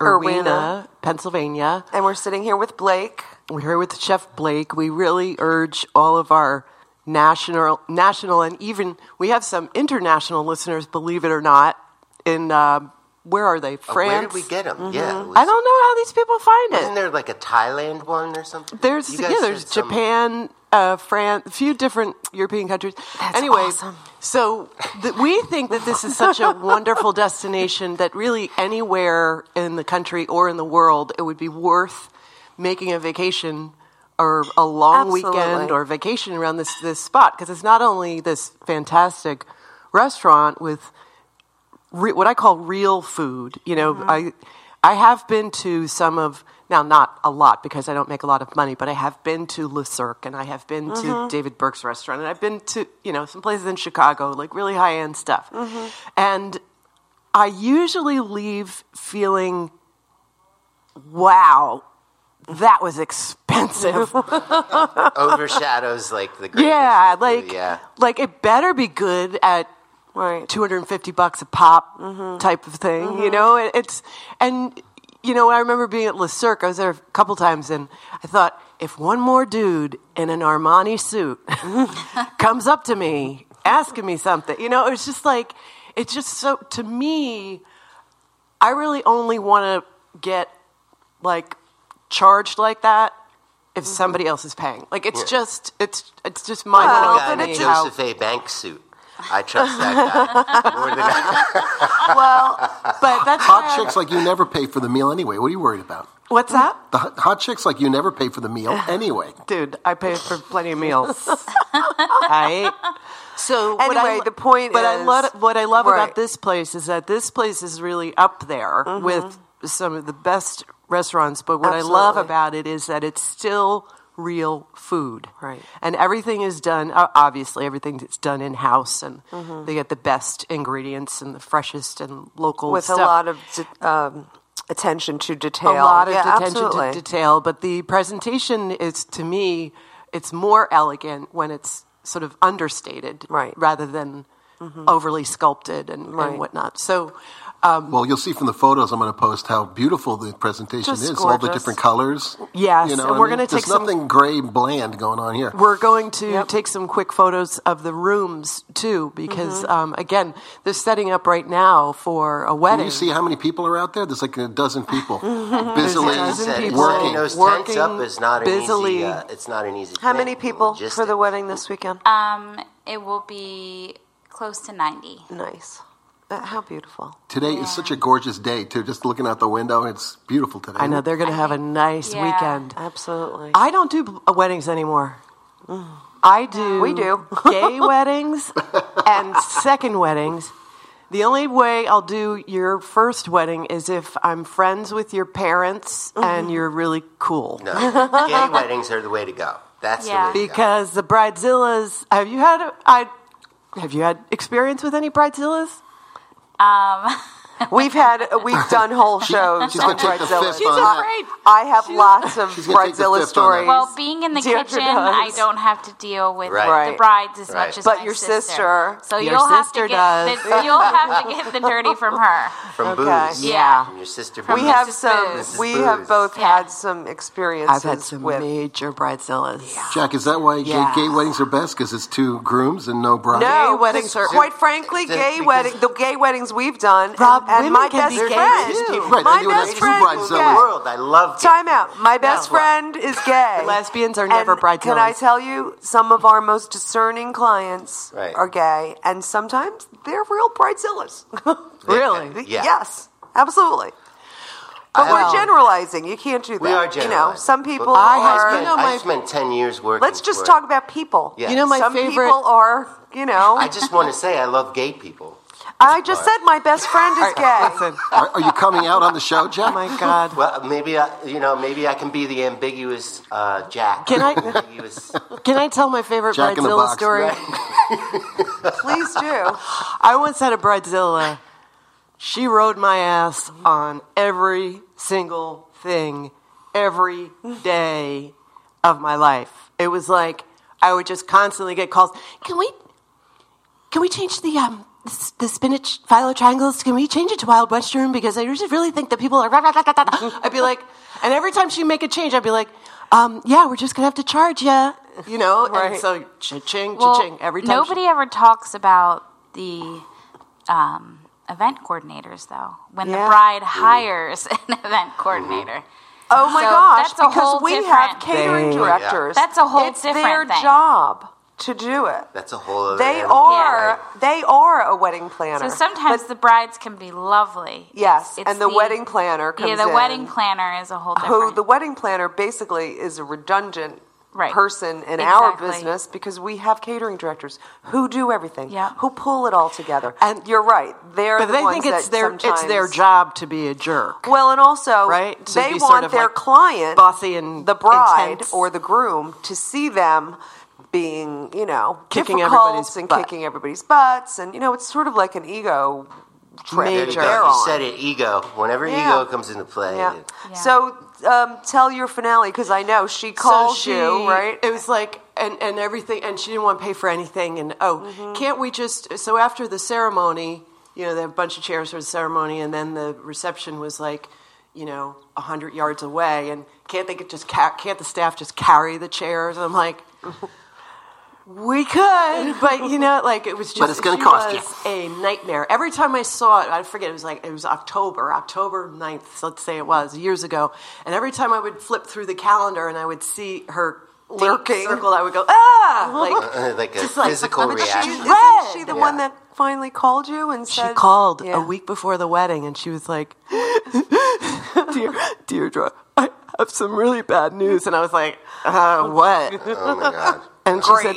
B: Irwina.
A: Irwina, Pennsylvania.
B: And we're sitting here with Blake.
A: We're here with Chef Blake. We really urge all of our national, national, and even we have some international listeners. Believe it or not, in uh, where are they?
C: Oh,
A: France.
C: Where did we get him?
B: Mm-hmm.
C: Yeah. it was-
A: I don't know how these people find
C: Isn't
A: it.
C: there like a Thailand one or something?
A: There's
C: You
A: yeah,
C: guys
A: there's
C: did
B: [laughs]
C: some-
A: Japan, uh, France, a few different European countries. anyway,
B: awesome.
A: so th- we think that this is
B: [laughs]
A: such a wonderful destination that really anywhere in the country or in the world it would be worth making a vacation or a long weekend
B: Absolutely.
A: or vacation around this this spot because it's not only this fantastic restaurant with re- what I call real food. You know, I I have been to some of now not a lot because I don't make a lot of money, but I have been to Le Cirque and I have been to David Burke's restaurant and I've been to you know some places in Chicago, like really high end stuff, and I usually leave feeling wow. That was expensive.
C: overshadows like the greatness
A: yeah,
C: of the food,
A: like
C: yeah.
A: like it better be good at
B: Right.
A: 250 bucks a pop
B: Mm-hmm.
A: type of thing you know it, it's and you know i remember being at le cirque i was there a couple times and i thought if one more dude in an
B: [laughs]
A: armani suit comes up to me asking me something you know it's just like it's just so to me i really only want to get like charged like that if
B: Mm-hmm.
A: somebody else is paying like it's just it's it's just my
B: Well,
C: guy in
B: but
C: a
B: it just-
C: Joseph A. Banks suit. I trust that guy more than
B: [laughs]
C: I.
A: but that's why I-
D: Hot chicks like you never pay for the meal anyway. What are you worried about?
A: what's that
D: The hot hot chicks like you never pay for the
A: [laughs]
D: meal anyway.
A: Dude, I pay for plenty of meals. I so what I
B: Anyway,
A: lo-
B: the point
A: But I
B: is-
A: love what I love
B: Right. Mm-hmm.
A: about this place is that this place is really up there with some of the best restaurants. But what I love
B: Absolutely.
A: about it is that it's still real food,
B: Right.
A: And everything is done. o- Obviously, everything is done in house, and
B: Mm-hmm.
A: they get the best ingredients and the freshest and local
B: With
A: stuff
B: a lot of de- um, attention to detail.
A: a lot of
B: Yeah,
A: attention
B: absolutely.
A: to detail, but the presentation is to me, it's more elegant when it's sort of understated,
B: Right. Mm-hmm.
A: rather than overly sculpted and,
B: Right.
A: and whatnot. So
D: Well, you'll see from the photos I'm going to post how beautiful the presentation
A: Just
D: is. All the
A: gorgeous.
D: different colors.
A: Yes, and
D: I
A: we're
D: mean,
A: gonna
D: There's
A: take some-
D: nothing gray bland going on here.
A: we're going to take some quick photos of the rooms too, because
B: Mm-hmm.
A: um, again, they're setting up right now for a
D: Can
A: wedding.
D: you see how many people are out there? There's like a dozen
A: [laughs]
D: people
A: a
D: busily
A: dozen
C: Setting
A: people
D: working.
C: those tents
A: working
C: up is not an
A: busily.
C: easy. Uh, it's not an easy.
B: How
C: thing.
B: many people for the
C: Logistics.
B: wedding this weekend?
E: Um, it will be close to 90.
B: nice. Uh, how beautiful.
D: Today is such a gorgeous day too. Just looking out the window, it's beautiful today.
A: I know they're going to have a nice
E: Yeah.
A: weekend.
B: Absolutely.
A: I don't do uh, weddings anymore. I do.
B: We do.
A: [laughs] gay weddings and second weddings. The only way I'll do your first wedding is if I'm friends with your parents
B: Mm-hmm.
A: and you're really cool.
C: No,
B: [laughs]
C: gay weddings are the way to go. That's
E: Yeah.
C: the way to go.
A: Because the bridezillas. Have you had? a- I have you had experience with any bridezillas?
E: Um,
B: We've had we've done
D: [laughs]
B: whole shows
D: she's
B: on
D: gonna take the
B: Bridezilla.
D: fifth She's on that.
E: afraid.
B: I have lots of
D: She's gonna take the
B: Bridezilla
D: fifth on that.
B: stories.
E: well, being in the
B: Deirdre
E: kitchen, I
B: does.
E: don't have to deal with
C: Right.
E: the brides as
C: Right.
E: much as
B: But
E: my
B: your sister-
E: So
A: Your
E: you'll
A: sister
E: have to get
A: does.
E: The, [laughs] you'll have to get the dirty from
B: [laughs]
E: her.
C: From
B: Okay.
C: booze.
E: Yeah.
C: From your sister.
B: we
C: booze.
B: have
E: Mrs.
B: some.
E: Booz.
B: We
C: Mrs.
B: have
C: Booz.
B: both
E: Yeah.
B: had some experiences
A: I've had some
B: with.
A: major bridezillas.
D: Jack, is that why
A: Yeah.
D: gay, gay weddings are best? Because it's two grooms and no bride.
B: no,
A: Gay weddings are-
B: quite frankly,
C: Because-
B: gay wedding. The gay weddings we've done, and-
A: Rob,
B: and,
A: women
B: my
A: can
B: best
A: be
C: There's
A: gay
B: friend.
C: greatest people
D: Right,
B: My
D: and you would
B: best
D: have two
B: friend
D: brides
B: is
C: in the
D: selling.
B: gay.
C: world. I love
B: Time out. My best
C: Yeah.
B: friend is gay.
A: Lesbians are
B: And
A: never brides
B: Can I
A: killers.
B: tell you, some of our most discerning clients
C: Right.
B: are gay, and sometimes they're real bridezillas.
A: [laughs]
B: [laughs]
A: Really?
C: Yeah.
B: Yes, absolutely. But
C: I-
B: we're
C: Well-
B: generalizing. You can't do that.
C: We are
B: You know,
C: generalizing.
B: some
C: But
B: people
A: I have-
B: are.
A: you know, my-
C: I spent ten years working.
B: let's just
C: for-
B: talk about people.
C: Yeah.
A: You know my
B: some
A: favorite.
B: people are. You
A: [laughs]
B: know,
C: I
B: I,
C: just want to say I love gay people.
B: just said my best friend
A: [laughs]
B: is gay.
A: Listen,
D: Are, are you coming out on the show, Jack?
A: oh my God.
B: [laughs]
C: Well, maybe I, you know, maybe I can be the ambiguous uh, Jack.
A: Can I-
C: Ambiguous-
A: Can I tell my favorite
D: Jack in the
A: bridezilla
D: box.
A: story?
B: Please
A: [laughs]
B: do.
A: I once had a bridezilla. She rode my ass on every single thing, every day of my life. It was like I would just constantly get calls. Can we? Can we change the um the, s- the spinach phyllo triangles? Can we change it to wild mushroom? Because I just really think that people are. [laughs] rah, rah, rah, rah, rah." I'd be like, and every time she would make a change, I'd be like, um, yeah, we're just gonna have to charge ya. You know,
B: Right.
A: and so cha-ching,
E: Well,
A: cha-ching. every time she-
E: nobody ever talks about the um, event coordinators, though. When
B: Yeah.
E: the bride hires an [laughs] event coordinator,
B: Oh my
E: So
B: gosh,
E: that's a whole
B: because we have
E: different-
B: catering
A: They-
B: directors.
E: That's a whole
B: it's their
E: different thing.
B: job to do it.
C: That's a whole other
B: They
C: animal,
B: are
C: right?
B: they are a wedding planner.
E: so sometimes the brides can be lovely.
B: Yes, and the wedding planner
E: yeah,
B: comes
E: the
B: in.
E: wedding planner is a whole different.
B: who the wedding planner basically is a redundant
E: Right.
B: person in our
E: Exactly.
B: business because we have catering directors who do everything,
E: Yeah.
B: who pull it all together.
A: And-
B: you're right, they're
A: But
B: the
A: they
B: ones
A: think it's
B: that
A: their it's their
B: sometimes-
A: job to be a jerk.
B: Well, and also
A: Right? To
B: they
A: be
B: want
A: sort of
B: their
A: like
B: client,
A: bossy and
B: the bride
A: intense.
B: or the groom, to see them being, you know,
A: Kicking
B: difficult
A: everybody's
B: and
A: butt.
B: kicking everybody's butts, and you know, it's sort of like an ego trip.
C: There
A: Major.
B: that
C: you go.
B: they're
C: You
B: on.
C: said it, ego. Whenever
B: Yeah.
C: ego comes into play,
B: Yeah.
E: Yeah.
B: So um, tell your finale because I know she calls you, right?
A: It was like and and everything, and she didn't want to pay for anything. And oh,
B: Mm-hmm.
A: can't we just? So after the ceremony, you know, they have a bunch of chairs for the ceremony, and then the reception was like, you know, hundred yards away. And can't they get just ca- can't the staff just carry the chairs? I'm
B: [laughs]
A: like. We could, but you know, like it was just.
D: But it's gonna
A: she
D: cost
A: was A nightmare. Every time I saw it, I forget. It was like it was October, October 9th, let's say it was years ago. And every time I would flip through the calendar and I would see her date
B: Lurking.
A: circle, I would go [laughs] ah, like
C: it, [laughs] like a
A: Just like-
C: physical
A: but she's-
C: reaction.
B: Isn't
A: Red.
B: she the
C: Yeah.
B: one that finally called you and
A: she
B: said
A: called
B: Yeah.
A: a week before the wedding and she was like, [laughs] "Dear Deirdre, I have some really bad news." And I was like, [laughs] uh, "What?"
C: Oh my god.
A: And she said,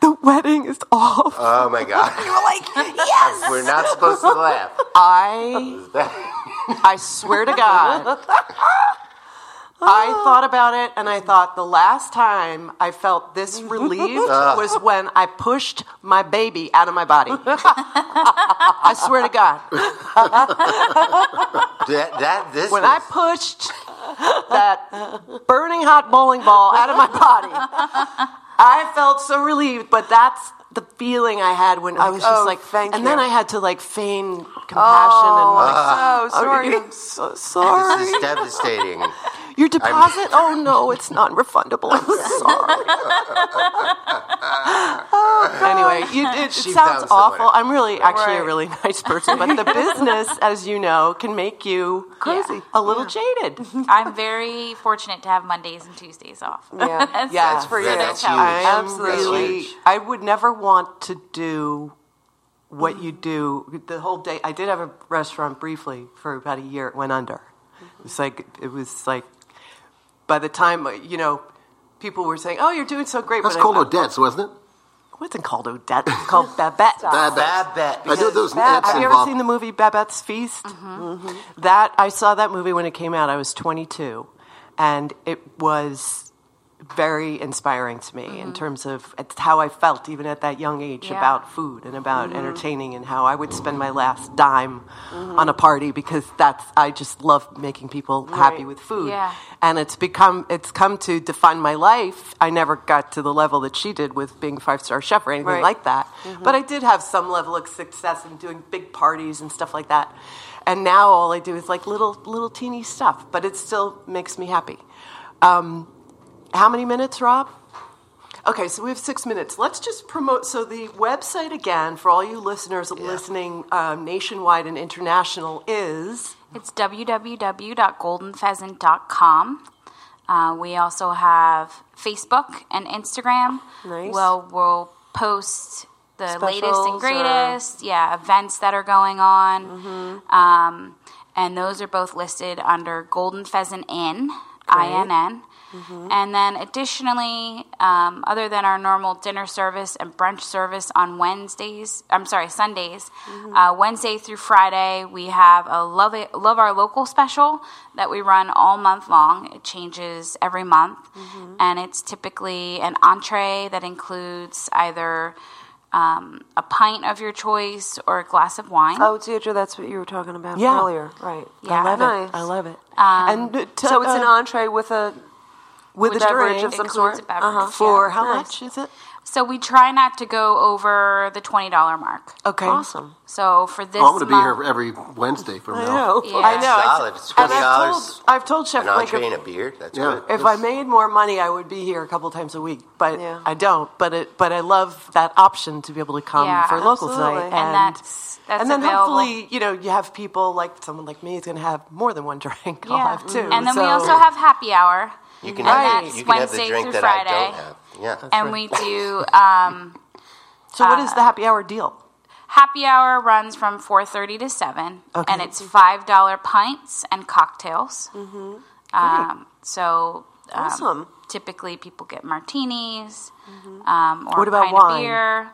A: "The wedding is off."
C: Oh
A: [laughs]
C: my god.
A: We're like, "Yes."
C: We're not supposed to laugh.
A: I I swear to God. I thought about it and I thought the last time I felt this
C: [laughs]
A: relieved
C: Uh.
A: was when I pushed my baby out of my body. I swear to God.
C: that, that this
A: When I
C: was,
A: pushed that burning hot bowling ball out of my body, I felt so relieved, but that's the feeling I had when I was just
B: oh,
A: like,
B: thank
A: and then
B: you.
A: I had to like feign compassion and like,
B: Oh, so sorry. [laughs]
A: I'm so sorry.
C: this is devastating.
A: Your deposit? oh no, it's non-refundable. I'm
C: Oh,
A: sorry. anyway, you, it, it
C: She
A: sounds
C: found someone.
A: awful. I'm really actually a
B: Right.
A: really nice person, but
B: [laughs]
A: the business, as you know, can make you
E: Crazy.
A: a
B: [laughs]
A: little jaded.
E: I'm very fortunate to have Mondays and Tuesdays off. [laughs]
B: Yeah.
E: That's-
A: Yeah.
C: That's
B: for you.
C: That's
E: I
C: huge.
A: I am
B: Absolutely.
A: really. I would never want to do what you do the whole day. I did have a restaurant briefly for about a year. It went under. It's like it was like by the time you know. People were saying, "Oh, you're doing so great."
D: That's
A: when I-
D: called Odette's, wasn't it?
A: It wasn't called Odette. It's called Babette.
D: Babette.
C: Babette,
D: I knew there was an
A: Have you
D: X
A: ever
D: involved.
A: seen the movie Babette's Feast? That I saw that movie when it came out. I was 22, and it was very inspiring to me in terms of it's how I felt even at that young age
E: Yeah.
A: about food and about entertaining and how I would spend my last dime on a party because that's I just love making people happy with food
E: Yeah.
A: and it's become it's come to define my life. I never got to the level that she did with being five star chef or anything
B: Right. Mm-hmm.
A: like that, but I did have some level of success in doing big parties and stuff like that. And now all I do is like little little teeny stuff, but it still makes me happy. Um, how many minutes, Rob? Okay, so we have six minutes. Let's just promote. So the website again for all you listeners listening um, nationwide and international is
E: It's www.goldenpheasant.com. Uh, we also have Facebook and Instagram.
B: Nice.
E: Well, we'll post the latest and
B: Specials or- Mm-hmm.
E: greatest, yeah, events that are going on. Um, and those are both listed under Golden Pheasant Inn, INN. And then additionally, um, other than our normal dinner service and brunch service on Wednesdays, I'm sorry, Sundays, uh, Wednesday through Friday, we have a love, It- love Our Local special that we run all month long. It changes every month. And it's typically an entree that includes either um, a pint of your choice or a glass of wine.
B: Oh, Deirdre, that's what you were talking about
A: Yeah.
B: earlier, right?
E: Yeah.
A: I love
B: nice.
A: it. I love it. and uh, t-
B: Um, So it's an
A: uh,
B: entree with a
A: with a
B: with beverage
A: drink
B: of some
E: Includes
B: sort.
E: a beverage, yeah.
A: for how
B: Nice.
A: much is it?
E: So we try not to go over the twenty dollar mark.
A: Okay,
B: Awesome.
E: So for this,
D: Oh, I'm going to be
E: month-
D: here every Wednesday from
A: I
D: now.
A: know.
E: Yeah.
A: I know. I-
C: Solid. It's
A: and
C: twenty
A: I've
C: dollars.
A: told, I've told Chef
C: An
A: Mike
C: entree
A: if,
C: and a beer. That's
D: Yeah.
C: good.
A: if I made more money, I would be here a couple times a week. But
B: Yeah.
A: I don't. But it, but I love that option to be able to come
E: Yeah,
A: for local
B: absolutely.
A: night,
B: And
A: and,
E: that's- that's
A: and then
E: available.
A: hopefully you know you have people like someone like me is going to have more than one [laughs] drink. I'll have two.
E: And then
A: so,
E: we also have happy hour.
C: you can
E: and
C: have,
E: that's
C: you can have the
E: Wednesday
C: drink
E: through
C: that I
E: Friday.
C: don't have. Yeah.
E: and we do um,
A: So what
E: uh,
A: is the happy hour deal?
E: happy hour runs from 4.30 to 7
A: Okay.
E: and it's $5 pints and cocktails
A: Mm-hmm.
E: um, so um,
B: Awesome.
E: typically people get martinis um, or
A: Mm-hmm. What
E: a
A: about
E: pint
A: wine?
E: of beer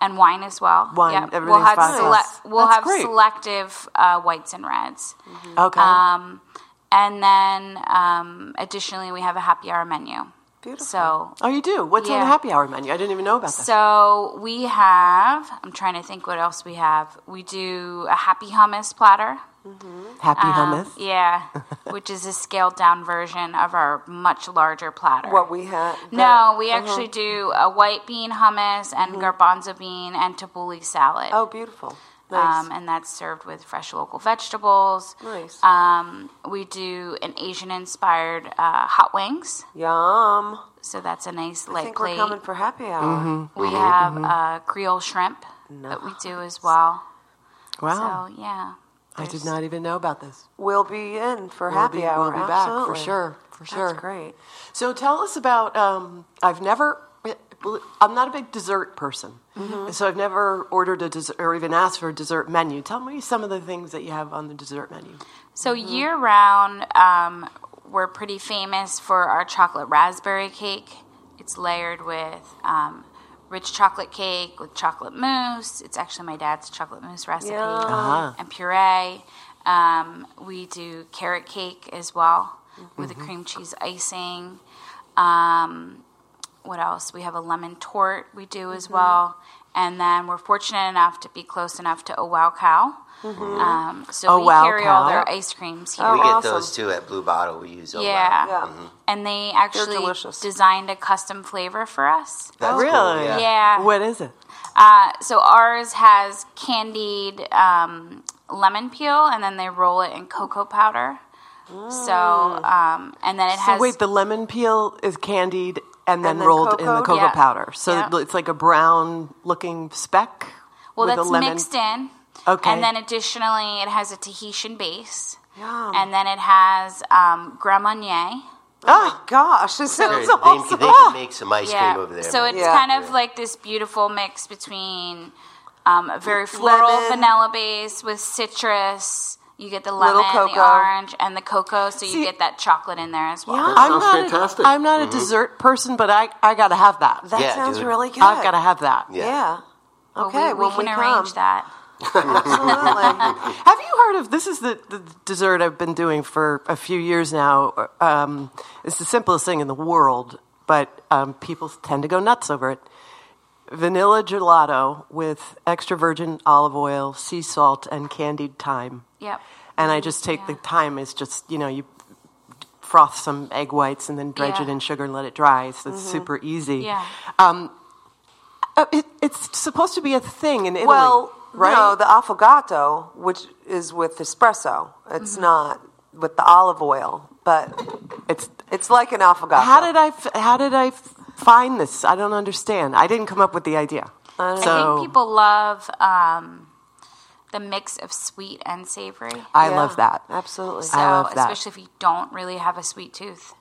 E: and wine as well
A: Wine,
E: Yep. we'll
A: everything's
E: have,
A: five dollars.
E: we'll
A: That's
E: have
A: great.
E: selective uh, whites and reds
A: Okay.
E: um, and then um, additionally we have a happy hour menu
B: Beautiful.
E: so
A: oh, you do. What's on
E: yeah.
A: the happy hour menu? I didn't even know about that.
E: so we have, I'm trying to think what else we have. We do a happy hummus platter.
A: happy
E: Um,
A: hummus.
B: [laughs]
E: yeah, which is a scaled down version of our much larger platter.
B: What we had?
E: no, we
B: uh-huh.
E: actually do a white bean hummus and garbanzo bean and tabbouleh salad.
B: Mm-hmm. Oh, beautiful. Nice.
E: Um, and that's served with fresh local vegetables.
B: Nice.
E: Um, we do an Asian inspired uh, hot wings.
B: Yum.
E: So that's a nice
B: I
E: light
B: think
E: plate.
B: we're coming Mm-hmm. for happy
A: Mm-hmm.
B: hour.
E: We have uh, Creole shrimp that we do as well.
A: Wow,
E: So yeah,
A: I did
E: there's-
A: not even know about this.
B: We'll be in for
A: We'll
B: happy
A: be-
B: hour.
A: we'll be back for
B: Absolutely.
A: sure, for sure.
B: That's great.
A: So tell us about. Um, I've never. I'm not a big dessert person, so I've never ordered a dessert or even asked for a dessert menu. Tell me some of the things that you have on the dessert menu.
E: So year round, um, we're pretty famous for our chocolate raspberry cake. It's layered with um, rich chocolate cake with chocolate mousse. It's actually my dad's chocolate mousse recipe
B: Yum.
A: Uh-huh.
E: and puree. Um, we do carrot cake as well with
A: Mm-hmm.
E: a cream cheese icing. Um, what else? We have a lemon tort we do as well. And then we're fortunate enough to be close enough to Oh Wow Cow. Um, so
A: Oh
E: we
A: Wow
E: carry all
A: Cow.
E: their ice creams here.
B: Oh,
C: we get
B: awesome.
C: those Mm-hmm. too at Blue Bottle. We use them.
E: yeah.
B: Yeah.
E: And they actually
B: delicious.
E: designed a custom flavor for us.
C: That's cool,
A: Oh, really?
C: yeah.
E: Yeah.
A: What is it?
E: Uh, so ours has candied um, lemon peel, and then they roll it in cocoa powder. So, um, and then it
A: Mm. So
E: has
A: wait, the lemon peel is candied and then
B: And then
A: rolled in the
B: cocoa?
A: cocoa
E: Yeah.
A: powder. So
E: Yeah.
A: it's like a brown looking speck.
E: well,
A: with
E: that's
A: a lemon.
E: mixed in.
A: Okay.
E: And then additionally, it has a Tahitian base,
B: Yum.
E: and then it has um, Grand Marnier.
A: Ah!
B: Oh, gosh, this
C: They,
B: sounds
C: they,
B: awesome.
C: they can make some ice
E: Yeah.
C: cream over there.
E: So it's
B: Yeah.
E: kind of like this beautiful mix between um, a very floral
B: Lemon.
E: vanilla base with citrus. You get the
B: Little
E: lemon, the
B: cocoa.
E: orange, and the cocoa, so you
A: See-
E: get that chocolate in there as well.
B: Yeah.
A: I'm
D: sounds
A: not
D: fantastic. Mm-hmm.
A: A, I'm not a dessert person, but I, I gotta have that.
B: That
C: Yeah,
B: sounds
C: dude.
B: really good.
A: I've gotta have that.
C: Yeah.
B: Yeah.
E: But
B: Okay,
E: we, we can
B: when we
E: arrange
B: come.
E: that.
B: [laughs]
A: [laughs]
B: Absolutely.
A: Have you heard of this? Is the, the dessert I've been doing for a few years now? Um, it's the simplest thing in the world, but um, people tend to go nuts over it. Vanilla gelato with extra virgin olive oil, sea salt, and candied thyme.
E: Yep.
A: And I just take the thyme is just you know you froth some egg whites and then dredge
E: Yeah. Mm-hmm.
A: it in sugar and let it dry. So it's super easy.
E: Yeah.
A: Um, uh, it, it's supposed to be a thing in Italy.
B: Well,
A: right?
B: no, the affogato, which is with espresso,
E: Mm-hmm.
B: it's not with the olive oil, but
A: it's
B: it's like an affogato.
A: How did I? f- How did I f- find this? I don't understand. I didn't come up with the idea.
E: I
A: So-
E: think people love um, the mix of sweet and savory.
A: I
B: Yeah,
A: love that.
B: Absolutely.
E: so,
A: I love that.
E: especially if you don't really have a sweet tooth.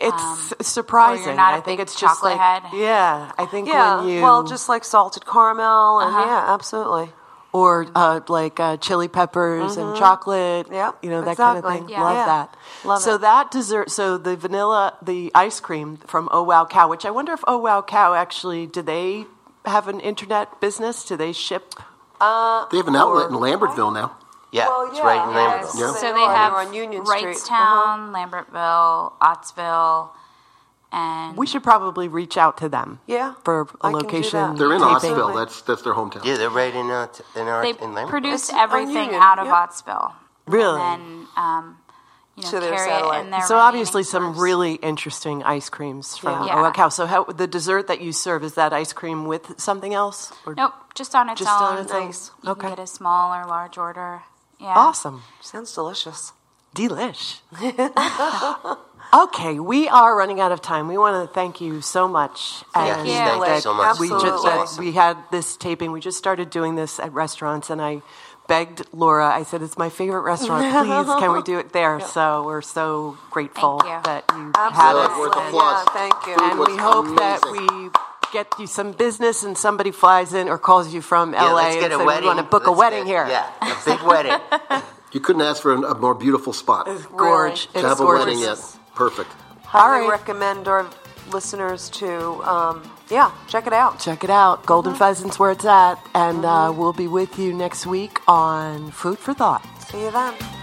A: It's surprising.
E: or um, oh, you're not a
A: I think
E: big
A: it's just
E: chocolate
A: like
E: head.
A: yeah. I think
B: yeah,
A: when you
B: well, just like salted caramel, and yeah, absolutely.
A: or uh, like uh, chili peppers and chocolate.
B: Mm-hmm. Yep,
A: you know that
B: exactly.
A: kind of thing.
E: Yeah.
A: Love
E: Yeah.
A: that.
B: Love
A: so
B: it.
A: that dessert. So the vanilla, the ice cream from Oh Wow Cow, which I wonder if Oh Wow Cow actually do they have an internet business? Do they ship?
D: They have an outlet in Lambertville now.
C: yeah,
B: Well,
C: it's right in
B: yeah,
C: Lambertville.
B: yes.
E: So
B: They
E: they
B: are.
E: have
B: They're on Union Street.
E: Wrightstown, Lambertville, Ottsville, and
A: We should probably reach out to them.
B: Yeah,
A: For a
B: I can do
A: location.
B: that.
D: They're in
A: taping.
D: Ottsville. That's that's their hometown.
C: Yeah, they're right in our, t- in our
E: they
C: in Lambertville.
E: produce
B: It's on
E: everything
B: Union,
E: out of
B: yeah.
E: Ottsville.
A: Really?
E: And then, um, you know,
B: To their
E: carry
B: satellite.
E: it in their
A: So obviously
E: remaining
A: some
E: stores.
A: really interesting ice creams from
E: Yeah. Yeah.
A: Oak House. So how, the dessert that you serve is that ice cream with something else? Or
E: Nope, just on its
A: Just
E: own.
A: on its own. Nice.
E: You
A: Okay.
E: can get a small or large order. Yeah.
A: Awesome.
B: Sounds delicious.
A: Delish. [laughs] okay, we are running out of time. We want to thank you so much.
E: Thank you.
C: Thank you
E: Like,
C: so much.
A: We
C: It was
A: just that
C: awesome.
A: we had this taping. We just started doing this at restaurants, and I begged Laura. I said, "It's my favorite restaurant. Please, can we do
E: [laughs]
A: it there?" So we're so grateful
E: Thank you.
A: that you
D: It's worth
A: had us,
D: applause.
B: Yeah, thank you.
D: Food
A: and
D: was
A: we hope that
D: amazing.
A: we get you some business, and somebody flies in or calls you from
C: Yeah,
A: LA
C: let's get
A: and
C: a
A: said,
C: wedding.
A: "We want to book a
C: Let's
A: wedding
C: get-
A: here."
C: Yeah, a
E: [laughs]
C: big wedding.
D: You couldn't ask for an, a more beautiful spot
A: It's
D: to
A: gorge.
B: Really?
A: It's
D: have a
A: gorgeous.
D: wedding at. Perfect.
B: highly
A: All right.
B: recommend our listeners to um, yeah check it out
A: Check it out. Golden Pheasant's where it's at. And uh, we'll be with you next week on Food for Thought.
B: see you then